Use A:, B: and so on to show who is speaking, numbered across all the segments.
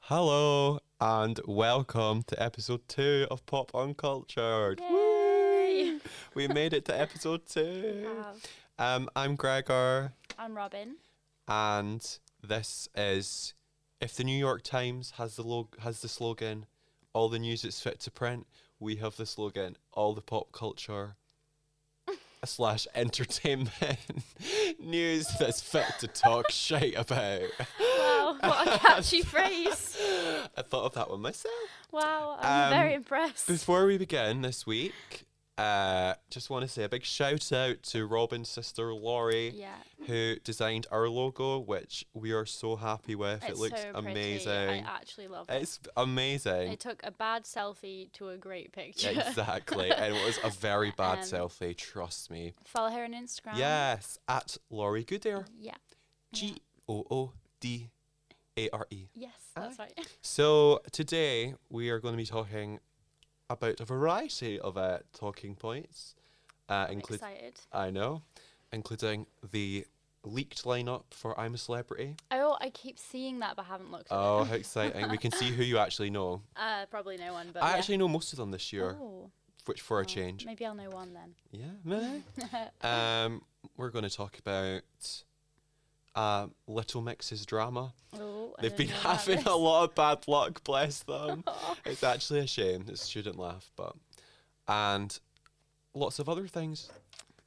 A: Hello and welcome to episode two of Pop Uncultured.
B: Yay!
A: We made it to episode two.
B: Wow.
A: Um, I'm Gregor,
B: I'm Robin.
A: and this is if the New York Times has the log- has the slogan, all the news is fit to print. We have the slogan, all the pop culture slash entertainment news that's fit to talk shit about.
B: Wow, what a catchy phrase.
A: I thought of that one myself.
B: Wow, I'm very
A: Um,
B: impressed.
A: Before we begin this week, uh, just want to say a big shout out to Robin's sister Laurie,
B: yeah,
A: who designed our logo, which we are so happy with.
B: it's
A: it looks
B: so pretty.
A: amazing.
B: I actually love it.
A: It's amazing.
B: It took a bad selfie to a great picture.
A: exactly. and it was a very bad
B: Um,
A: selfie, trust me.
B: Follow her on Instagram.
A: Yes, at Laurie Goodair.
B: Yeah.
A: G O O D A R E.
B: Yes, that's right.
A: So today we are going to be talking about a variety of uh, talking points, uh,
B: I'm
A: including
B: excited.
A: I know, including the leaked lineup for I'm a Celebrity.
B: Oh, I keep seeing that, but haven't looked. At
A: Oh,
B: it.
A: how exciting! We can see who you actually know.
B: Uh, probably no one, but
A: I
B: yeah.
A: actually know most of them this year,
B: Oh,
A: which for a
B: well,
A: change.
B: Maybe I'll know one then.
A: Yeah, maybe. um, we're going to talk about um, Little Mix's drama.
B: oh, I
A: They've
B: don't
A: been
B: know about
A: having
B: this.
A: a lot of bad luck, bless them. it's actually a shame. It's student laugh, but and lots of other things.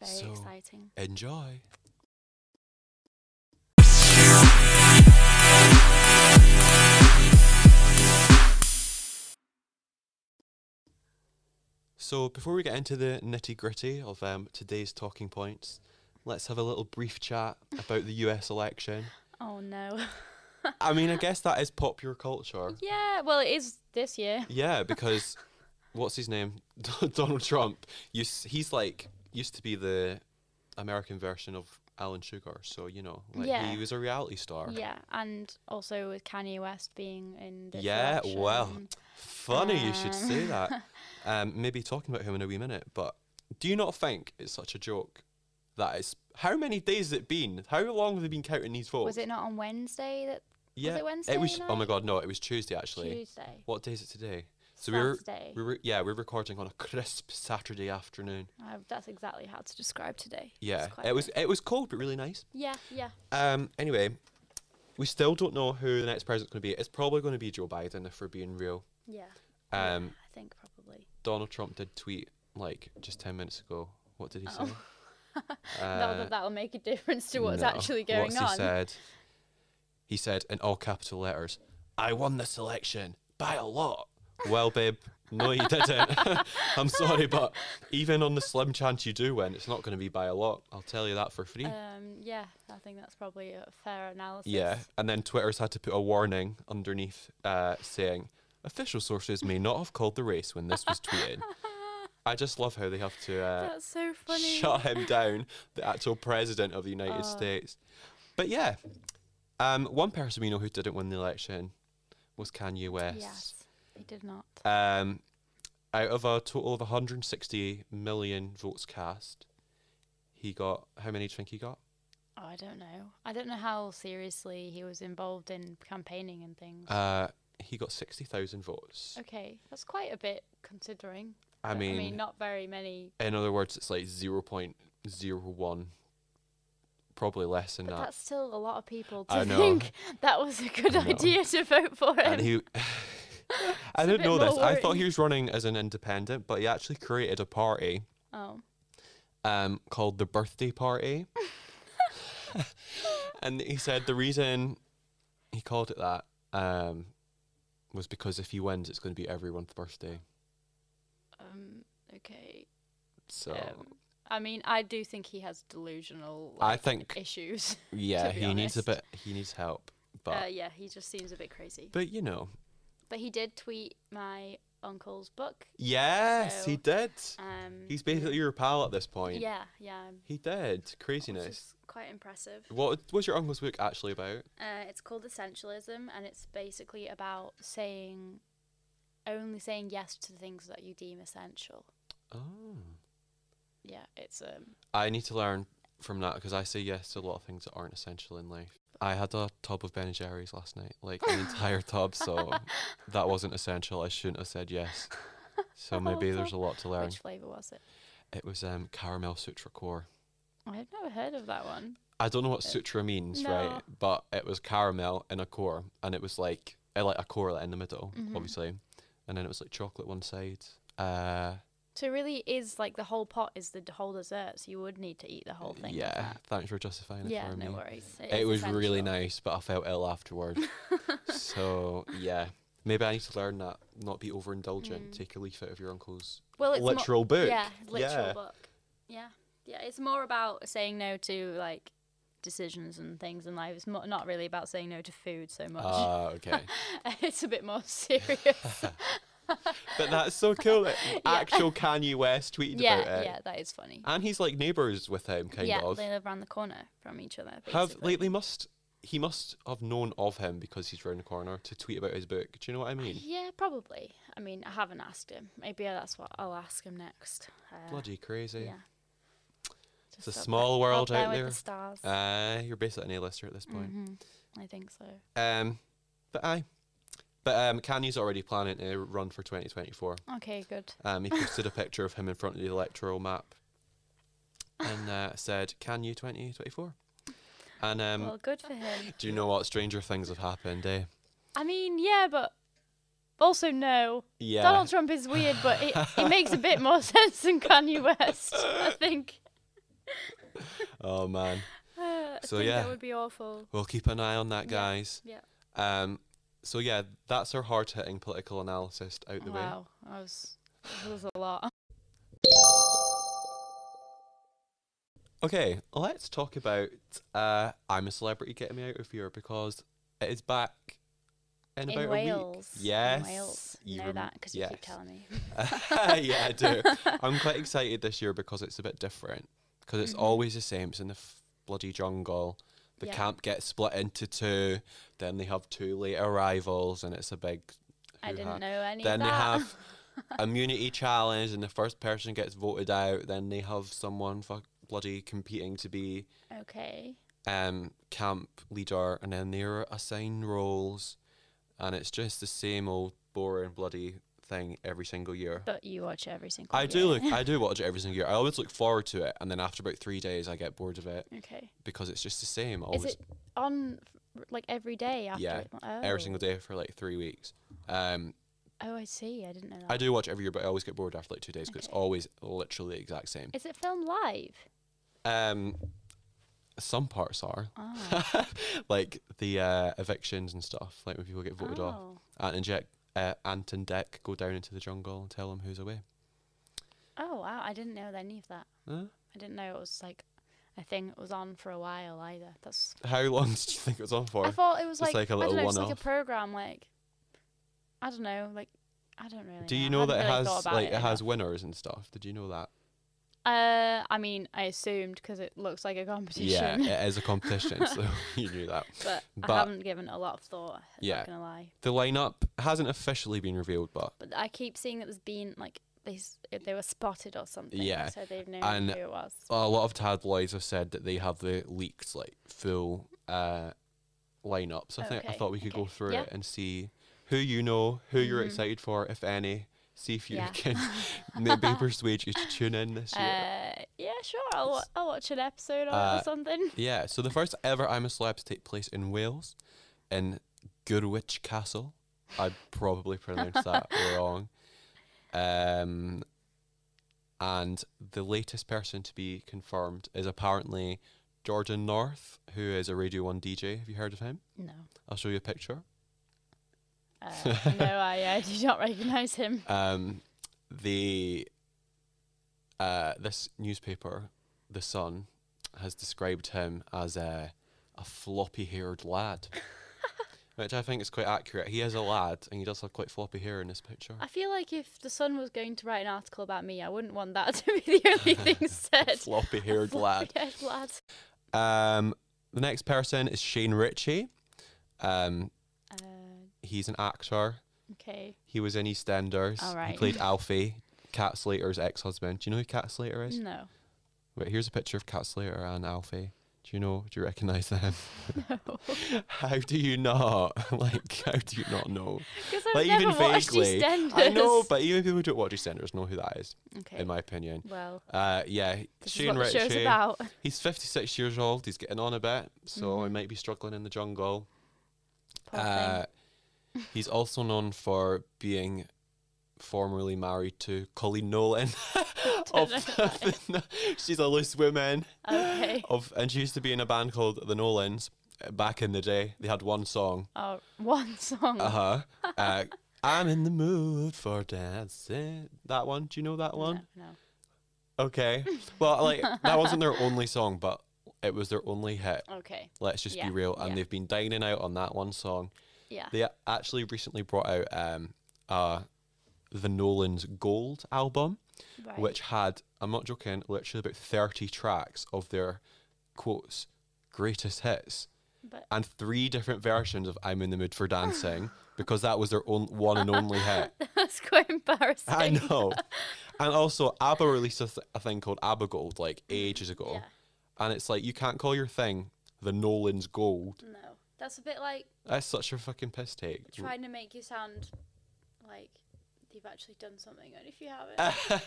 B: Very
A: so-
B: exciting.
A: Enjoy. So, before we get into the nitty gritty of um, today's talking points, let's have a little brief chat about the US election.
B: Oh no.
A: I mean, I guess that is popular culture.
B: yeah. Well, it is this year.
A: Yeah, because what's his name? Donald Trump. Used, he's like used to be the American version of Alan Sugar. So you know, like
B: Yeah.
A: he was a reality star.
B: Yeah, and also with Kanye West being in this
A: Yeah, well,
B: election.
A: Funny you should say
B: Um.
A: that. Um, maybe talking about him in a wee minute. But do you not think it's such a joke that it's how many days has it been? How long have they been counting these votes?
B: was it not on Wednesday that
A: yeah,
B: it Wednesday
A: was. Oh my
B: night?
A: God, no! It was Tuesday actually.
B: Tuesday?
A: What day is it today? So we were,
B: Saturday.
A: we were, yeah, we're recording on a crisp Saturday afternoon.
B: Uh, that's exactly how to describe today. It's
A: Yeah,
B: quite
A: it was
B: good.
A: it was cold but really nice.
B: Yeah, yeah.
A: Um, anyway, we still don't know who the next president's going to be. It's probably going to be Joe Biden if we're being real.
B: Yeah. yeah,
A: Um,
B: I think probably.
A: Donald Trump did tweet like just ten minutes ago. What did he say?
B: Oh. Not
A: Uh,
B: that that'll make a difference to what's
A: no.
B: actually going
A: What's
B: on.
A: He said, he said in all capital letters, "I won this election by a lot." Well, babe, no, you didn't. I'm sorry, but even on the slim chance you do win, it's not going to be by a lot. I'll tell you that for free.
B: Um, yeah, I think that's probably a fair analysis.
A: Yeah, and then Twitter's had to put a warning underneath uh, saying, official sources may not have called the race when this was tweeted. I just love how they have to uh,
B: That's so funny. Oh.
A: shut him down, the actual president of the United States. But yeah, um, one person we know who didn't win the election was Kanye West.
B: Yes, he did not.
A: Um, out of a total of 160 million votes cast, he got, how many do you think he got?
B: Oh, I don't know. I don't know how seriously he was involved in campaigning and things.
A: Uh, he got 60,000 votes.
B: Okay, that's quite a bit considering.
A: I
B: but,
A: mean,
B: I mean, not very many.
A: In other words, it's like 0.01, probably less than
B: But
A: that.
B: that's still a lot of people to
A: I know.
B: think that was a good
A: I know.
B: idea to vote for him.
A: And he. I didn't
B: bit
A: know this.
B: more
A: I thought
B: worrying.
A: he was running as an independent, but he actually created a party
B: oh,
A: um, called the Birthday Party. and he said the reason he called it that um, was because if he wins, it's going to be everyone's birthday.
B: um, okay.
A: So
B: Um, I mean, I do think he has delusional
A: I
B: like,
A: think,
B: issues.
A: yeah,
B: to be
A: he needs a
B: honest.
A: bit. He needs help, but
B: uh, yeah, he just seems a bit crazy.
A: but you know,
B: But he did tweet my uncle's book.
A: yes, he
B: So,
A: did.
B: Um,
A: He's basically your pal at this point.
B: yeah, yeah,
A: He did.
B: which
A: Craziness.
B: is quite impressive.
A: What was your uncle's book actually about?
B: Uh, it's called Essentialism, and it's basically about saying only saying yes to the things that you deem essential.
A: Oh.
B: Yeah, it's um,
A: I need to learn from that because I say yes to a lot of things that aren't essential in life. I had a tub of Ben and Jerry's last night, like an entire tub, so that wasn't essential. I shouldn't have said yes. So maybe there's a lot to learn.
B: Which flavour was it?
A: It was um, caramel sutra core.
B: I've never heard of that one.
A: I don't know
B: Uh,
A: what sutra means, right? But it was caramel in a core, and it was like uh, like a core like, in the middle,
B: Mhm.
A: obviously, and then it was like chocolate one side. Uh,
B: So it really is like the whole pot is the d- whole dessert, so you would need to eat the whole thing. of
A: yeah,
B: that.
A: thanks for justifying it
B: Yeah,
A: for
B: no
A: me.
B: worries.
A: it
B: is
A: was really
B: essential.
A: nice, but I felt ill afterward. so yeah, maybe I need to learn that. Not be overindulgent.
B: Mm.
A: Take a leaf out of your uncle's
B: Well, it's mo-
A: literal book.
B: Yeah, literal
A: Yeah.
B: book. Yeah, yeah. It's more about saying no to like decisions and things in life. It's mo- not really about saying no to food so much.
A: Ah, okay.
B: it's a bit more serious.
A: but that's so cool. that Actual Kanye West tweeted
B: yeah,
A: about it,
B: yeah. That is funny.
A: and he's like neighbors with him, Ah, kind
B: yeah,
A: of.
B: they live around the corner from each other. Basically.
A: Have like they must. He must have known of him because he's round the corner to tweet about his book. Do you know what I mean?
B: Yeah, probably. I mean, I haven't asked him. Maybe that's what I'll ask him next. Uh,
A: Bloody crazy.
B: Yeah. Just
A: a
B: up there-
A: small
B: up
A: world out
B: with
A: there.
B: The stars.
A: Uh, you're basically an A-lister at this point.
B: Mhm, I think so.
A: Um, but aye. But um, Kanye's already planning to run for 2024.
B: Okay, good.
A: Um, he posted a picture of him in front of the electoral map and uh, said, Kanye 2024. And um,
B: well, good for him.
A: do you know what? Stranger things have happened, eh?
B: I mean, yeah, but also no.
A: Yeah.
B: Donald Trump is weird, but it, it makes a bit more sense than Kanye West. I think.
A: Oh, man.
B: Uh, I
A: So,
B: think
A: yeah.
B: that would be awful.
A: We'll keep an eye on that,
B: Yeah.
A: guys.
B: Yeah.
A: Um, so, yeah, that's our hard hitting political analysis out the way.
B: Wow, I was. That was a lot.
A: Okay, let's talk about uh, I'm a Celebrity Get Me Out of Here because it is back in,
B: In
A: about a week.
B: Wales.
A: Yes.
B: In Wales.
A: you
B: know
A: rem-
B: that because you
A: yes.
B: keep telling me.
A: yeah, I do. I'm quite excited this year because it's a bit different. Because it's
B: Mhm.
A: always the same. It's in the f- bloody jungle. The
B: Yeah.
A: camp gets split into two. Then they have two late arrivals, and it's a big.
B: I
A: hoo-ha.
B: didn't know any
A: Then
B: of
A: they
B: that.
A: have immunity challenge, and the first person gets voted out. Then they have someone fuck bloody competing to be
B: okay.
A: um, camp leader, and then they're assigned roles, and it's just the same old boring bloody thing every single year.
B: But you watch every single.
A: I do
B: year.
A: look, I do watch it every single year. I always look forward to it, and then after about three days, I get bored of it
B: okay.
A: because it's just the same. Always
B: Is it on f- like every day after?
A: Yeah,
B: it- Oh.
A: every single day for like three weeks. Um,
B: Oh, I see. I didn't know that.
A: I do watch it every year, but I always get bored after like two days because it's
B: Okay.
A: always literally the exact same.
B: Is it filmed live?
A: Um, some parts are
B: Oh.
A: like the uh, evictions and stuff, like when people get voted off.
B: oh.
A: Ant and Jack, uh, Ant and Deck go down into the jungle and tell them who's away.
B: Oh, wow. I didn't know any of that.
A: Huh?
B: I didn't know it was like a thing that was on for a while either. That's.
A: How long did you think it was on for?
B: I thought it was
A: just like
B: like,
A: a
B: I
A: little
B: don't know, it's like a
A: one-off.
B: program like. I don't know, like I don't really.
A: Do you
B: know, I
A: know that
B: hadn't
A: it
B: really thought
A: has
B: about
A: like it,
B: enough.
A: has winners and stuff? Did you know that?
B: Uh, I mean, I assumed because it looks like a competition,
A: Yeah, it is a competition, so you knew that.
B: but,
A: but-
B: I haven't given it a lot of thought. Yeah.
A: Yeah.
B: Not gonna lie,
A: The lineup hasn't officially been revealed, but
B: but I keep seeing that there's been like they s- they were spotted or something.
A: Yeah,
B: So they've known
A: and-
B: who it was.
A: a lot of tabloids have said that they have the leaked like full uh, lineups. I think I
B: Okay,
A: thought we could go
B: okay.
A: through
B: Yeah.
A: it and see who you know, who you're
B: Mhm.
A: excited for, if any. See if you
B: Yeah.
A: can maybe persuade you to tune in this year.
B: Uh, yeah, sure. I'll, wa- I'll watch an episode or,
A: Uh,
B: or something.
A: Yeah, so the first ever I'm a Celeb to take place in Wales, in Goodwich Castle. I probably pronounced that wrong. Um, and the latest person to be confirmed is apparently Jordan North, who is a Radio 1 DJ. Have you heard of him?
B: No.
A: I'll show you a picture.
B: Uh, no, I, I do not recognise him.
A: Um, the uh, this newspaper, The Sun, has described him as a, a floppy-haired lad, which I think is quite accurate. He is a lad, and he does have quite floppy hair in this picture.
B: I feel like if the Sun was going to write an article about me, I wouldn't want that to be the only thing said.
A: Floppy-haired lad.
B: Floppy-haired lad.
A: Um, the next person is Shane Ritchie. Um,
B: Uh,
A: he's an actor.
B: okay.
A: He was in EastEnders. He
B: Alright.
A: played Alfie, Cat Slater's ex-husband. Do you know who Cat Slater is?
B: No.
A: Wait, here's a picture of Cat Slater and Alfie. Do you know? Do you recognise them?
B: No.
A: How do you not? like, how do you not know?
B: Because I've
A: Like,
B: never
A: even
B: watched
A: vaguely.
B: EastEnders.
A: I know, but even people who don't watch EastEnders know who that is,
B: okay.
A: in my opinion.
B: well,
A: Uh, yeah,
B: this
A: Shane
B: is what the show's
A: Ritchie.
B: about.
A: He's 56 years old. He's getting on a bit, so he
B: Mhm.
A: might be struggling in the jungle.
B: Poor
A: Uh,
B: thing.
A: he's also known for being formerly married to Colleen Nolan. of,
B: know who that Oh,
A: the- she's a loose woman.
B: Okay.
A: Of and she used to be in a band called the Nolans uh, back in the day. They had one song.
B: Oh, one song.
A: Uh-huh. Uh I'm in the mood for dancing. That one. Do you know that one?
B: No, no.
A: Okay. Well, like that wasn't their only song, but it was their only hit.
B: Okay.
A: Let's just
B: Yeah,
A: be real. And
B: yeah.
A: they've been dining out on that one song.
B: Yeah.
A: They actually recently brought out um uh the Nolan's Gold album,
B: Right.
A: which had I'm not joking, literally about thirty tracks of their quotes greatest hits
B: But
A: and three different versions of I'm in the Mood for Dancing because that was their own one and only hit.
B: that's quite embarrassing.
A: I know. And also, ABBA released a, th- a thing called ABBA Gold like ages ago.
B: Mm, Yeah.
A: And it's like, you can't call your thing the Nolan's Gold.
B: No. That's a bit like
A: That's such a fucking piss take.
B: trying to make you sound like you've actually done something, and if you haven't.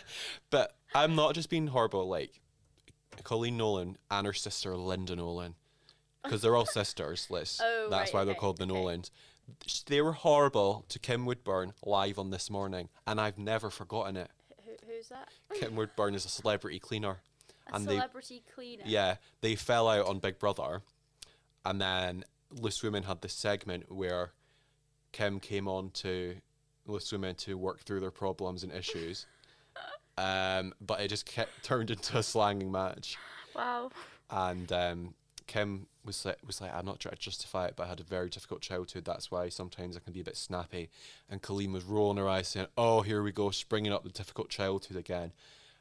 A: but I'm not just being horrible. Like, Colleen Nolan and her sister Linda Nolan, because they're all sisters. Let's,
B: Oh,
A: that's
B: right,
A: why they're
B: okay,
A: called the
B: okay.
A: Nolans. Sh- They were horrible to Kim Woodburn live on this morning, and I've never forgotten it.
B: Who, who's that?
A: Kim Woodburn is a celebrity cleaner.
B: A
A: And they-
B: celebrity cleaner.
A: Yeah, they fell out on Big Brother, and then Loose Women had this segment where Kim came on to Loose Women to work through their problems and issues. um, but it just kept, turned into a slanging match,
B: Wow.
A: Uh, and um, Kim was like, was like, I'm not trying to justify it, but I had a very difficult childhood. That's why sometimes I can be a bit snappy. And Colleen was rolling her eyes, saying, "Oh, here we go, springing up the difficult childhood again."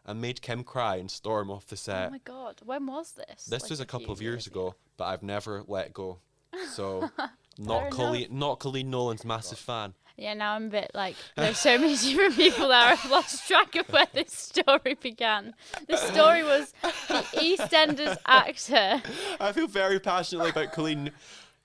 A: And made Kim cry and storm off the set.
B: oh my god. When was this?
A: This
B: Like,
A: was a
B: few
A: couple of years ago, but I've never let go. So
B: Fair
A: not
B: enough.
A: Colleen, not Colleen Nolan's massive fan.
B: Yeah, now I'm a bit like there's so many different people there. I've lost track of where this story began. The story was the EastEnders actor.
A: I feel very passionately about Colleen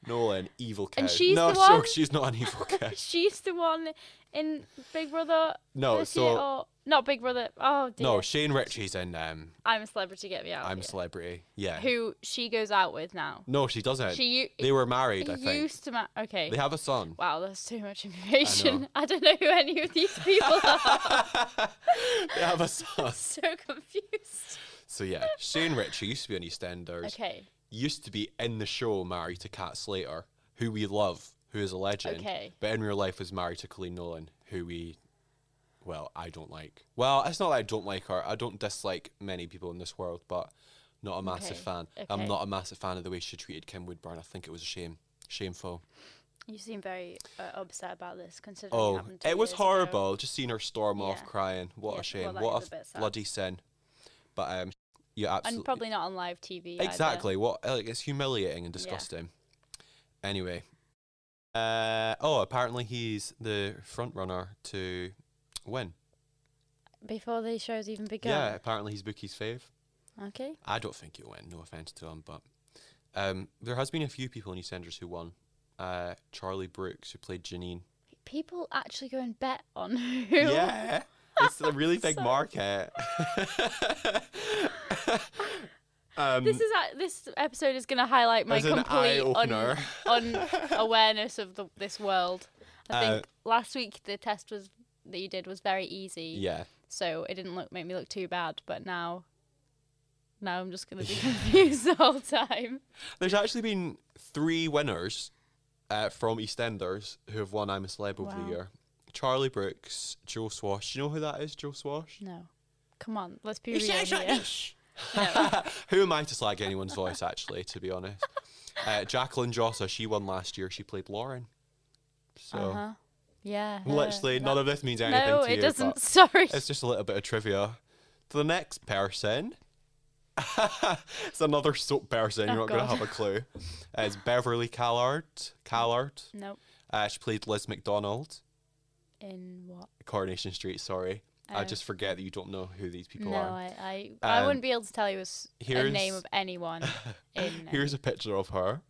A: Nolan, evil cow.
B: And she's
A: no,
B: the
A: joke,
B: one-
A: she's not an evil cow.
B: She's the one in Big Brother.
A: No,
B: this
A: so
B: year, or not Big Brother. Oh dear.
A: no, Shane Ritchie's in um,
B: I'm a celebrity. Get me out.
A: I'm
B: of here.
A: Celebrity. Yeah.
B: Who she goes out with now?
A: No, she doesn't.
B: She u-
A: they were married, I think.
B: used to. Ma- okay.
A: They have a son.
B: Wow, that's too much information. I, don't know who any of these people are.
A: They have a son.
B: so confused.
A: So yeah, Shane Ritchie used to be on EastEnders.
B: Okay.
A: used to be in the show married to Kat Slater, who we love, who is a legend.
B: Okay.
A: But in real life was married to Colleen Nolan, who we, well, I don't like. Well, it's not that I don't like her. I don't dislike many people in this world, but not a massive
B: Okay,
A: fan. I'm
B: okay.
A: not a massive fan of the way she treated Kim Woodburn. I think it was a shame. Shameful.
B: You seem very uh, upset about this, considering it
A: Oh,
B: happened. two
A: it was
B: years ago.
A: horrible. Just seeing her storm off
B: Yeah.
A: crying. What
B: Yeah,
A: a shame.
B: well, that
A: what
B: is
A: a,
B: a bit sad.
A: bloody sin. But um, you absolutely.
B: And probably not on live TV. either.
A: Exactly. What like it's humiliating and disgusting. Anyway. Uh oh, apparently he's the front runner to win.
B: Before these shows even began.
A: Yeah, apparently he's Bookie's fave.
B: Okay.
A: I don't think he'll win, no offense to him, but um there has been a few people in EastEnders who won. Uh Charlie Brooks who played Janine.
B: People actually go and bet on who.
A: Yeah. It's a really big
B: Sorry.
A: market. um
B: This is a this episode is going to highlight my
A: as an
B: complete un-
A: eye-opener.
B: unawareness of the, this world. I
A: Uh,
B: think last week the test was that you did was very easy.
A: yeah.
B: so it didn't look make me look too bad. But now, now I'm just gonna be confused the whole time.
A: There's actually been three winners uh, from EastEnders who have won I'm a Celeb over
B: Wow.
A: the year. Charlie Brooks, Joe Swash. You know who that is, Joe Swash?
B: No, come on, let's be real.
A: Ish, ish,
B: here.
A: ish.
B: No.
A: who am I to slag anyone's voice, actually, to be honest? Uh, Jacqueline Jossa, she won last year. She played Lauren. So,
B: Uh-huh. Yeah. her.
A: literally, none
B: That-
A: of this means anything
B: No,
A: to you.
B: it doesn't.
A: but
B: Sorry.
A: It's just a little bit of trivia. To the next person. it's another soap person. You're
B: Oh,
A: not going to
B: God.
A: have a clue. Uh, It's Beverly Callard. Callard.
B: Nope.
A: Uh, she played Liz McDonald,
B: In what?
A: Coronation Street, sorry. I
B: Um,
A: just forget that you don't know who these people
B: no,
A: are.
B: I, I, I
A: Um,
B: wouldn't be able to tell you a, s- a name
A: here's-
B: of anyone. in
A: Here's a picture of her.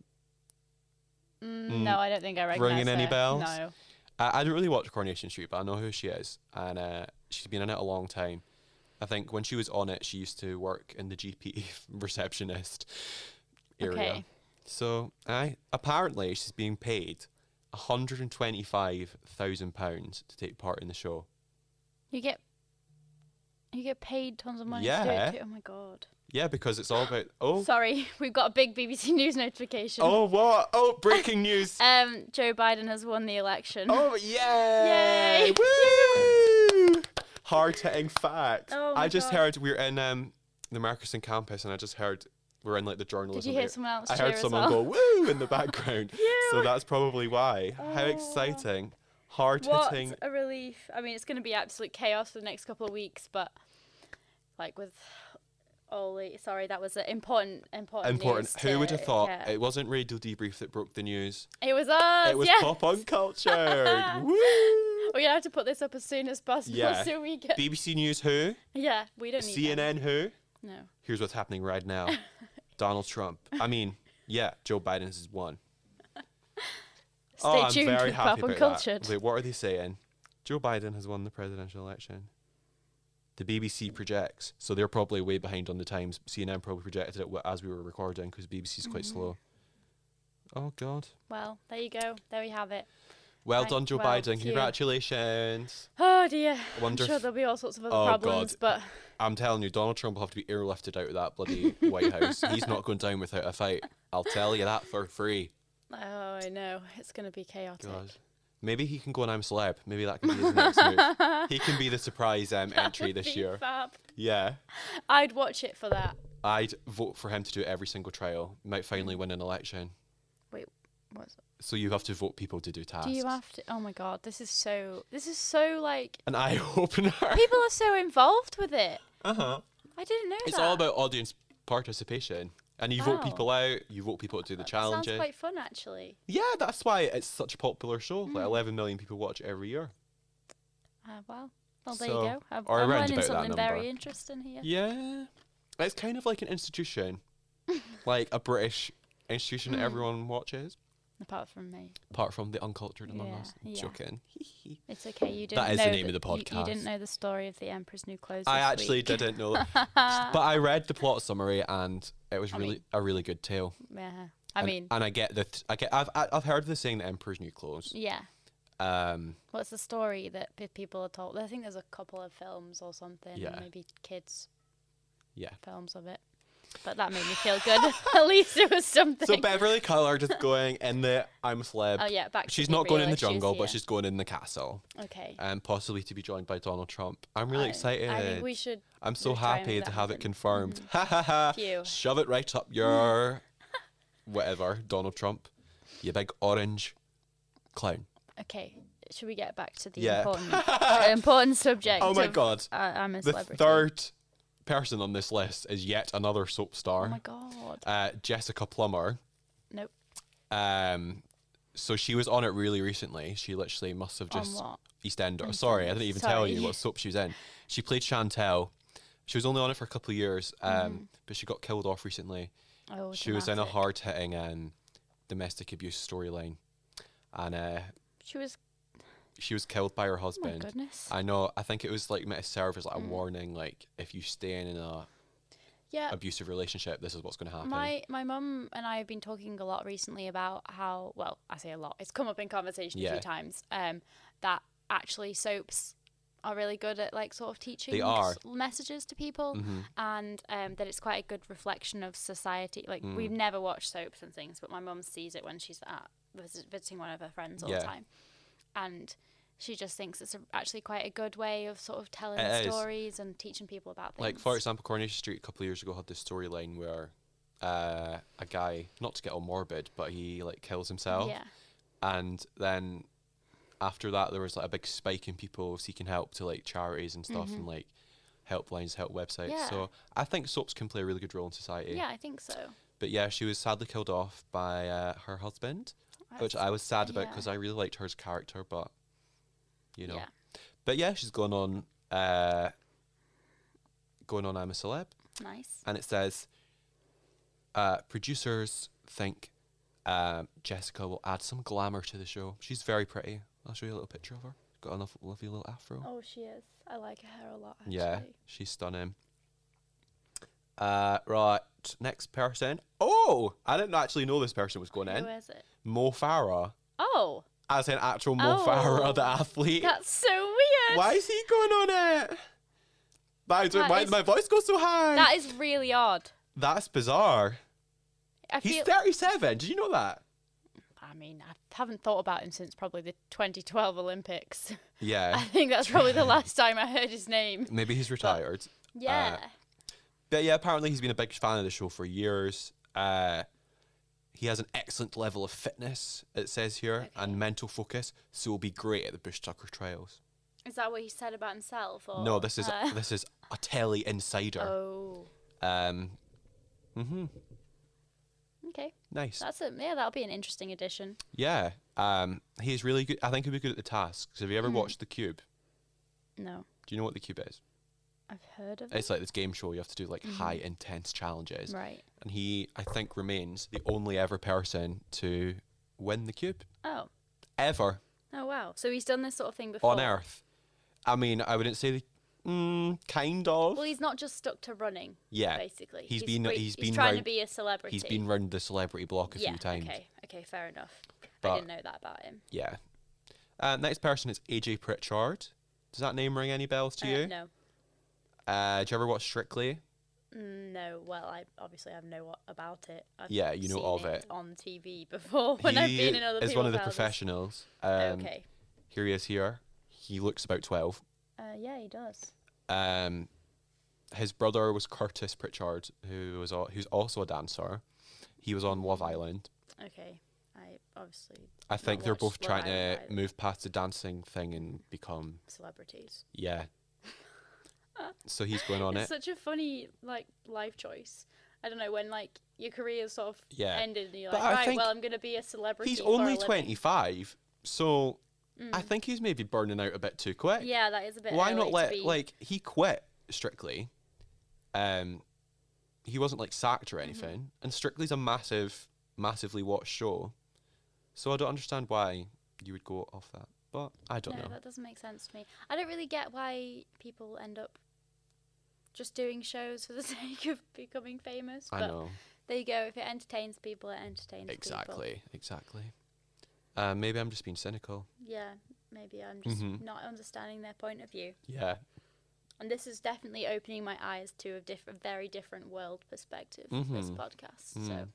B: Mm,
A: Mm,
B: no, I don't think I recognize
A: ringing any
B: her.
A: bells?
B: No.
A: I, I don't really watch Coronation Street, but I know who she is, and uh, she's been in it a long time. I think when she was on it, she used to work in the GP receptionist area.
B: Okay.
A: So, I apparently she's being paid hundred and twenty-five thousand pounds to take part in the show.
B: You get you get paid tons of money to do
A: Yeah.
B: it too. Oh my god.
A: Yeah, because it's all about oh
B: Sorry, we've got a big BBC news notification.
A: oh what oh breaking news
B: Um Joe Biden has won the election.
A: oh yay
B: Yay.
A: woo hard hitting facts.
B: Oh
A: I
B: my
A: just
B: God.
A: heard we're in um the Marcuson campus, and I just heard we're in like the journalism.
B: Did you hear
A: area.
B: someone else
A: I
B: cheer
A: heard
B: as
A: someone go
B: well?
A: woo in the background. so that's probably why. How
B: Oh.
A: exciting. Hard
B: What
A: hitting.
B: a relief. I mean, it's going to be absolute chaos for the next couple of weeks, but like with Ollie, sorry, that was an important, important,
A: Important.
B: news
A: Who would
B: to
A: have thought
B: get.
A: it wasn't Radio Debrief that broke the news?
B: It was us.
A: it was
B: yeah.
A: Pop on Culture. Woo!
B: We're gonna have to put this up as soon as possible
A: Yeah.
B: so we get.
A: BBC News who?
B: yeah, we don't need them.
A: CNN who?
B: No.
A: Here's what's happening right now. Donald Trump. I mean, yeah, Joe Biden's is one.
B: Stay
A: oh, I'm
B: tuned
A: very
B: with
A: happy
B: Pop and
A: about that.
B: Cultured.
A: Wait, what are they saying? Joe Biden has won the presidential election. The BBC projects, so they're probably way behind on the times. CNN probably projected it wh- as we were recording because BBC's
B: Mm-hmm.
A: quite slow. Oh God!
B: Well, there you go. There we have it.
A: Well
B: Right,
A: done, Joe
B: well,
A: Biden.
B: you-
A: Congratulations.
B: Oh dear.
A: Wonder
B: I'm sure
A: if-
B: there'll be all sorts of other
A: Oh, God.
B: problems, but
A: I'm telling you, Donald Trump will have to be airlifted out of that bloody White House. He's not going down without a fight. I'll tell you that for free.
B: oh, I know it's gonna be chaotic.
A: God. Maybe he can go and I'm celeb. Maybe that can be his next move. He can be the surprise um, entry
B: That'd
A: this
B: be
A: year.
B: fab.
A: Yeah.
B: I'd watch it for that.
A: I'd vote for him to do every single trial. Might finally win an election.
B: Wait, what's?
A: So you have to vote people to do tasks.
B: Do you have to? Oh my god, this is so. This is so like.
A: An eye opener.
B: People are so involved with it.
A: Uh huh.
B: I didn't know
A: It's
B: that.
A: all about audience participation, and you vote
B: Wow.
A: people out. You vote people to do the
B: Sounds
A: challenges.
B: quite fun actually.
A: Yeah, that's why it's such a popular show. Like
B: Mm.
A: 11 million people watch it every year.
B: Uh, well, well, there
A: So-
B: you go. I'm,
A: or
B: I'm
A: around
B: learning
A: about that number.
B: something very interesting here.
A: Yeah. It's kind of like an institution, like a British institution
B: Mm.
A: that everyone watches,
B: Apart from me,
A: apart from the uncultured among us.
B: Yeah, yeah.
A: Joking.
B: it's okay. You didn't.
A: That is the
B: know
A: name of the
B: you- You,
A: podcast.
B: didn't know the story of the Emperor's New Clothes.
A: I
B: this
A: actually
B: week.
A: didn't know that. but I read the plot summary and it was
B: I
A: really
B: mean-
A: a really good tale.
B: Yeah. I
A: And-
B: mean,
A: and I get the th- I get I've I- I've heard the saying the emperor's new clothes.
B: yeah.
A: Um,
B: What's the story that p- people are told? I think there's a couple of films or something, and
A: Yeah.
B: maybe kids
A: yeah.
B: films of it. But that made me feel good. At least it was something.
A: So Beverly Collard is going in the I'm a celeb.
B: oh yeah, back. to
A: She's
B: be
A: not going in
B: real
A: the
B: if she's
A: jungle,
B: here.
A: but she's going in the castle,
B: okay.
A: and possibly to be joined by Donald Trump. I'm really
B: I-
A: excited.
B: I think we should.
A: I'm so
B: We're trying to
A: happy
B: make
A: to
B: that
A: have it
B: happen. Mm-hmm.
A: confirmed. Ha ha ha.
B: Phew.
A: Shove it right up your whatever, Donald Trump. You big orange clown.
B: Okay. Should we get back to the
A: Yeah.
B: important, uh, important subject?
A: Oh my
B: of,
A: god.
B: I, I'm a
A: The
B: celebrity.
A: third person on this list is yet another soap
B: Oh my
A: star,
B: god.
A: uh, Jessica Plummer.
B: Nope.
A: Um, so she was on it really recently. She literally must have
B: On
A: just
B: what?
A: EastEnders. Sorry, I didn't even tell you
B: sorry.
A: what soap she was in. She played Chantel. She was only on it for a couple of years, um,
B: Mm-hmm.
A: but she got killed off recently.
B: Oh,
A: she was in a
B: dramatic.
A: hard hitting um, domestic abuse storyline, and uh,
B: She was.
A: she was killed by her
B: Oh my
A: husband.
B: goodness. Mm.
A: I know. I think it was like meant to serve as like a warning, like if you stay in a
B: yeah.
A: abusive relationship, this is what's going to happen.
B: My my mum and I have been talking a lot recently about how well I say a lot. It's come up in conversation a
A: Yeah.
B: few times. Um, that actually soaps are really good at like sort of teaching
A: are. Mm-hmm.
B: s- messages to people, and um, that it's quite a good reflection of society. Like
A: Mm.
B: we've never watched soaps and things, but my mum sees it when she's at visit- visiting one of her friends all
A: Yeah.
B: the time, and. She just thinks it's a, actually quite a good way of sort of telling
A: It is.
B: stories and teaching people about things.
A: like for example, Coronation Street a couple of years ago had this storyline where uh, a guy, not to get all morbid, but he like kills himself,
B: yeah,
A: and then after that there was like a big spike in people seeking help to like charities and stuff and like helplines, help websites.
B: Mm-hmm. Yeah.
A: So I think soaps can play a really good role in society.
B: yeah, I think so.
A: But yeah, she was sadly killed off by uh, her husband, which
B: That's-
A: I was sad about
B: yeah.
A: because I really liked her character, but you know.
B: Yeah.
A: But yeah, she's gone on uh, going on I'm a Celeb,
B: Nice.
A: and it says uh, producers think um, Jessica will add some glamour to the show. She's very pretty. I'll show you a little picture of her. Got a lo- lovely little afro.
B: Oh, she is. I like her hair a lot. Actually.
A: Yeah, she's stunning. Uh, right, next person. Oh, I didn't actually know this person was going in.
B: Who is it?
A: Mo Farah,
B: Oh,
A: as in actual Mo
B: Oh.
A: Farah, the athlete.
B: that's so weird.
A: Why is he going on it? That is,
B: That
A: why
B: is-
A: did my voice go so high?
B: That is really odd.
A: That's bizarre.
B: I
A: He's
B: feel.
A: 37. Did you know that?
B: I mean, I haven't thought about him since probably the 2012 Olympics. I
A: Yeah,
B: think that's probably the last time I heard his name.
A: maybe he's retired.
B: Yeah.
A: Uh, But yeah, apparently he's been a big fan of the show for years. Uh, he has an excellent level of fitness, it says here, and mental focus, so he'll be great at the Bush Tucker trials.
B: is that what he said about himself? Or,
A: no, this is
B: uh,
A: this is a telly insider.
B: oh.
A: Um, hmm
B: Okay.
A: Nice.
B: That's a yeah. That'll be an interesting addition.
A: yeah. Um, he's really good. I think he'll be good at the tasks. Have you
B: Mm-hmm.
A: ever watched The Cube?
B: No,
A: Do you know what The Cube is?
B: I've heard of it.
A: It's like this game show. You have to do like high intense challenges.
B: Mm-hmm. Right.
A: And he, I think, remains the only ever person to win The Cube.
B: Oh.
A: Ever.
B: Oh wow. So he's done this sort of thing before.
A: on Earth. I mean, I wouldn't say the mm, kind of.
B: Well, he's not just stuck to running.
A: yeah,
B: Basically.
A: He's been-
B: re-
A: he's been
B: trying to
A: round-
B: be a celebrity.
A: he's been round the celebrity block a
B: yeah,
A: few times.
B: Okay. Okay. Fair enough. I
A: But-
B: didn't know that about him.
A: Yeah. Uh, next person is AJ Pritchard. Does that name ring any bells to
B: Uh,
A: you?
B: No.
A: Uh, do you ever watch Strictly?
B: Mm, No, well, I obviously I know what about it. I've
A: Yeah, you know
B: seen
A: of it.
B: on TV before when I've
A: he
B: been in other
A: is one of the
B: people's houses.
A: professionals. Um,
B: okay.
A: Here he is. Here he looks about twelve.
B: Uh, yeah, he does.
A: Um, his brother was Curtis Pritchard, who was al- who's also a dancer. He was on Love Island.
B: Okay, I obviously
A: I
B: not
A: think they're
B: watched
A: both
B: Love
A: trying to
B: Island either.
A: move past the dancing thing and become
B: celebrities.
A: Yeah. so he's going on
B: it's
A: it.
B: such a funny like life choice. I don't know when like your career's sort of
A: Yeah.
B: ended and you're
A: But
B: like,
A: I
B: right,
A: think
B: well, I'm gonna be a celebrity.
A: He's
B: for a
A: only
B: living."
A: 25, so I think he's maybe burning out a bit too quick.
B: Mm. Yeah, that is a bit.
A: Why
B: early
A: not
B: to
A: let
B: be-
A: like he quit Strictly? Um, he wasn't like sacked
B: Mm-hmm.
A: or anything, and Strictly's a massive, massively watched show, so I don't understand why you would go off that. But I don't
B: no,
A: know.
B: that doesn't make sense to me. I don't really get why people end up just doing shows for the sake of becoming famous.
A: I
B: but
A: know
B: There you go. If it entertains people, it entertains people.
A: exactly, exactly. Uh, maybe I'm just being cynical.
B: Yeah, maybe I'm just
A: Mhm.
B: not understanding their point of view.
A: Yeah,
B: And this is definitely opening my eyes to a, diff- a very different world perspective of this
A: Mhm.
B: podcast. So
A: Mm.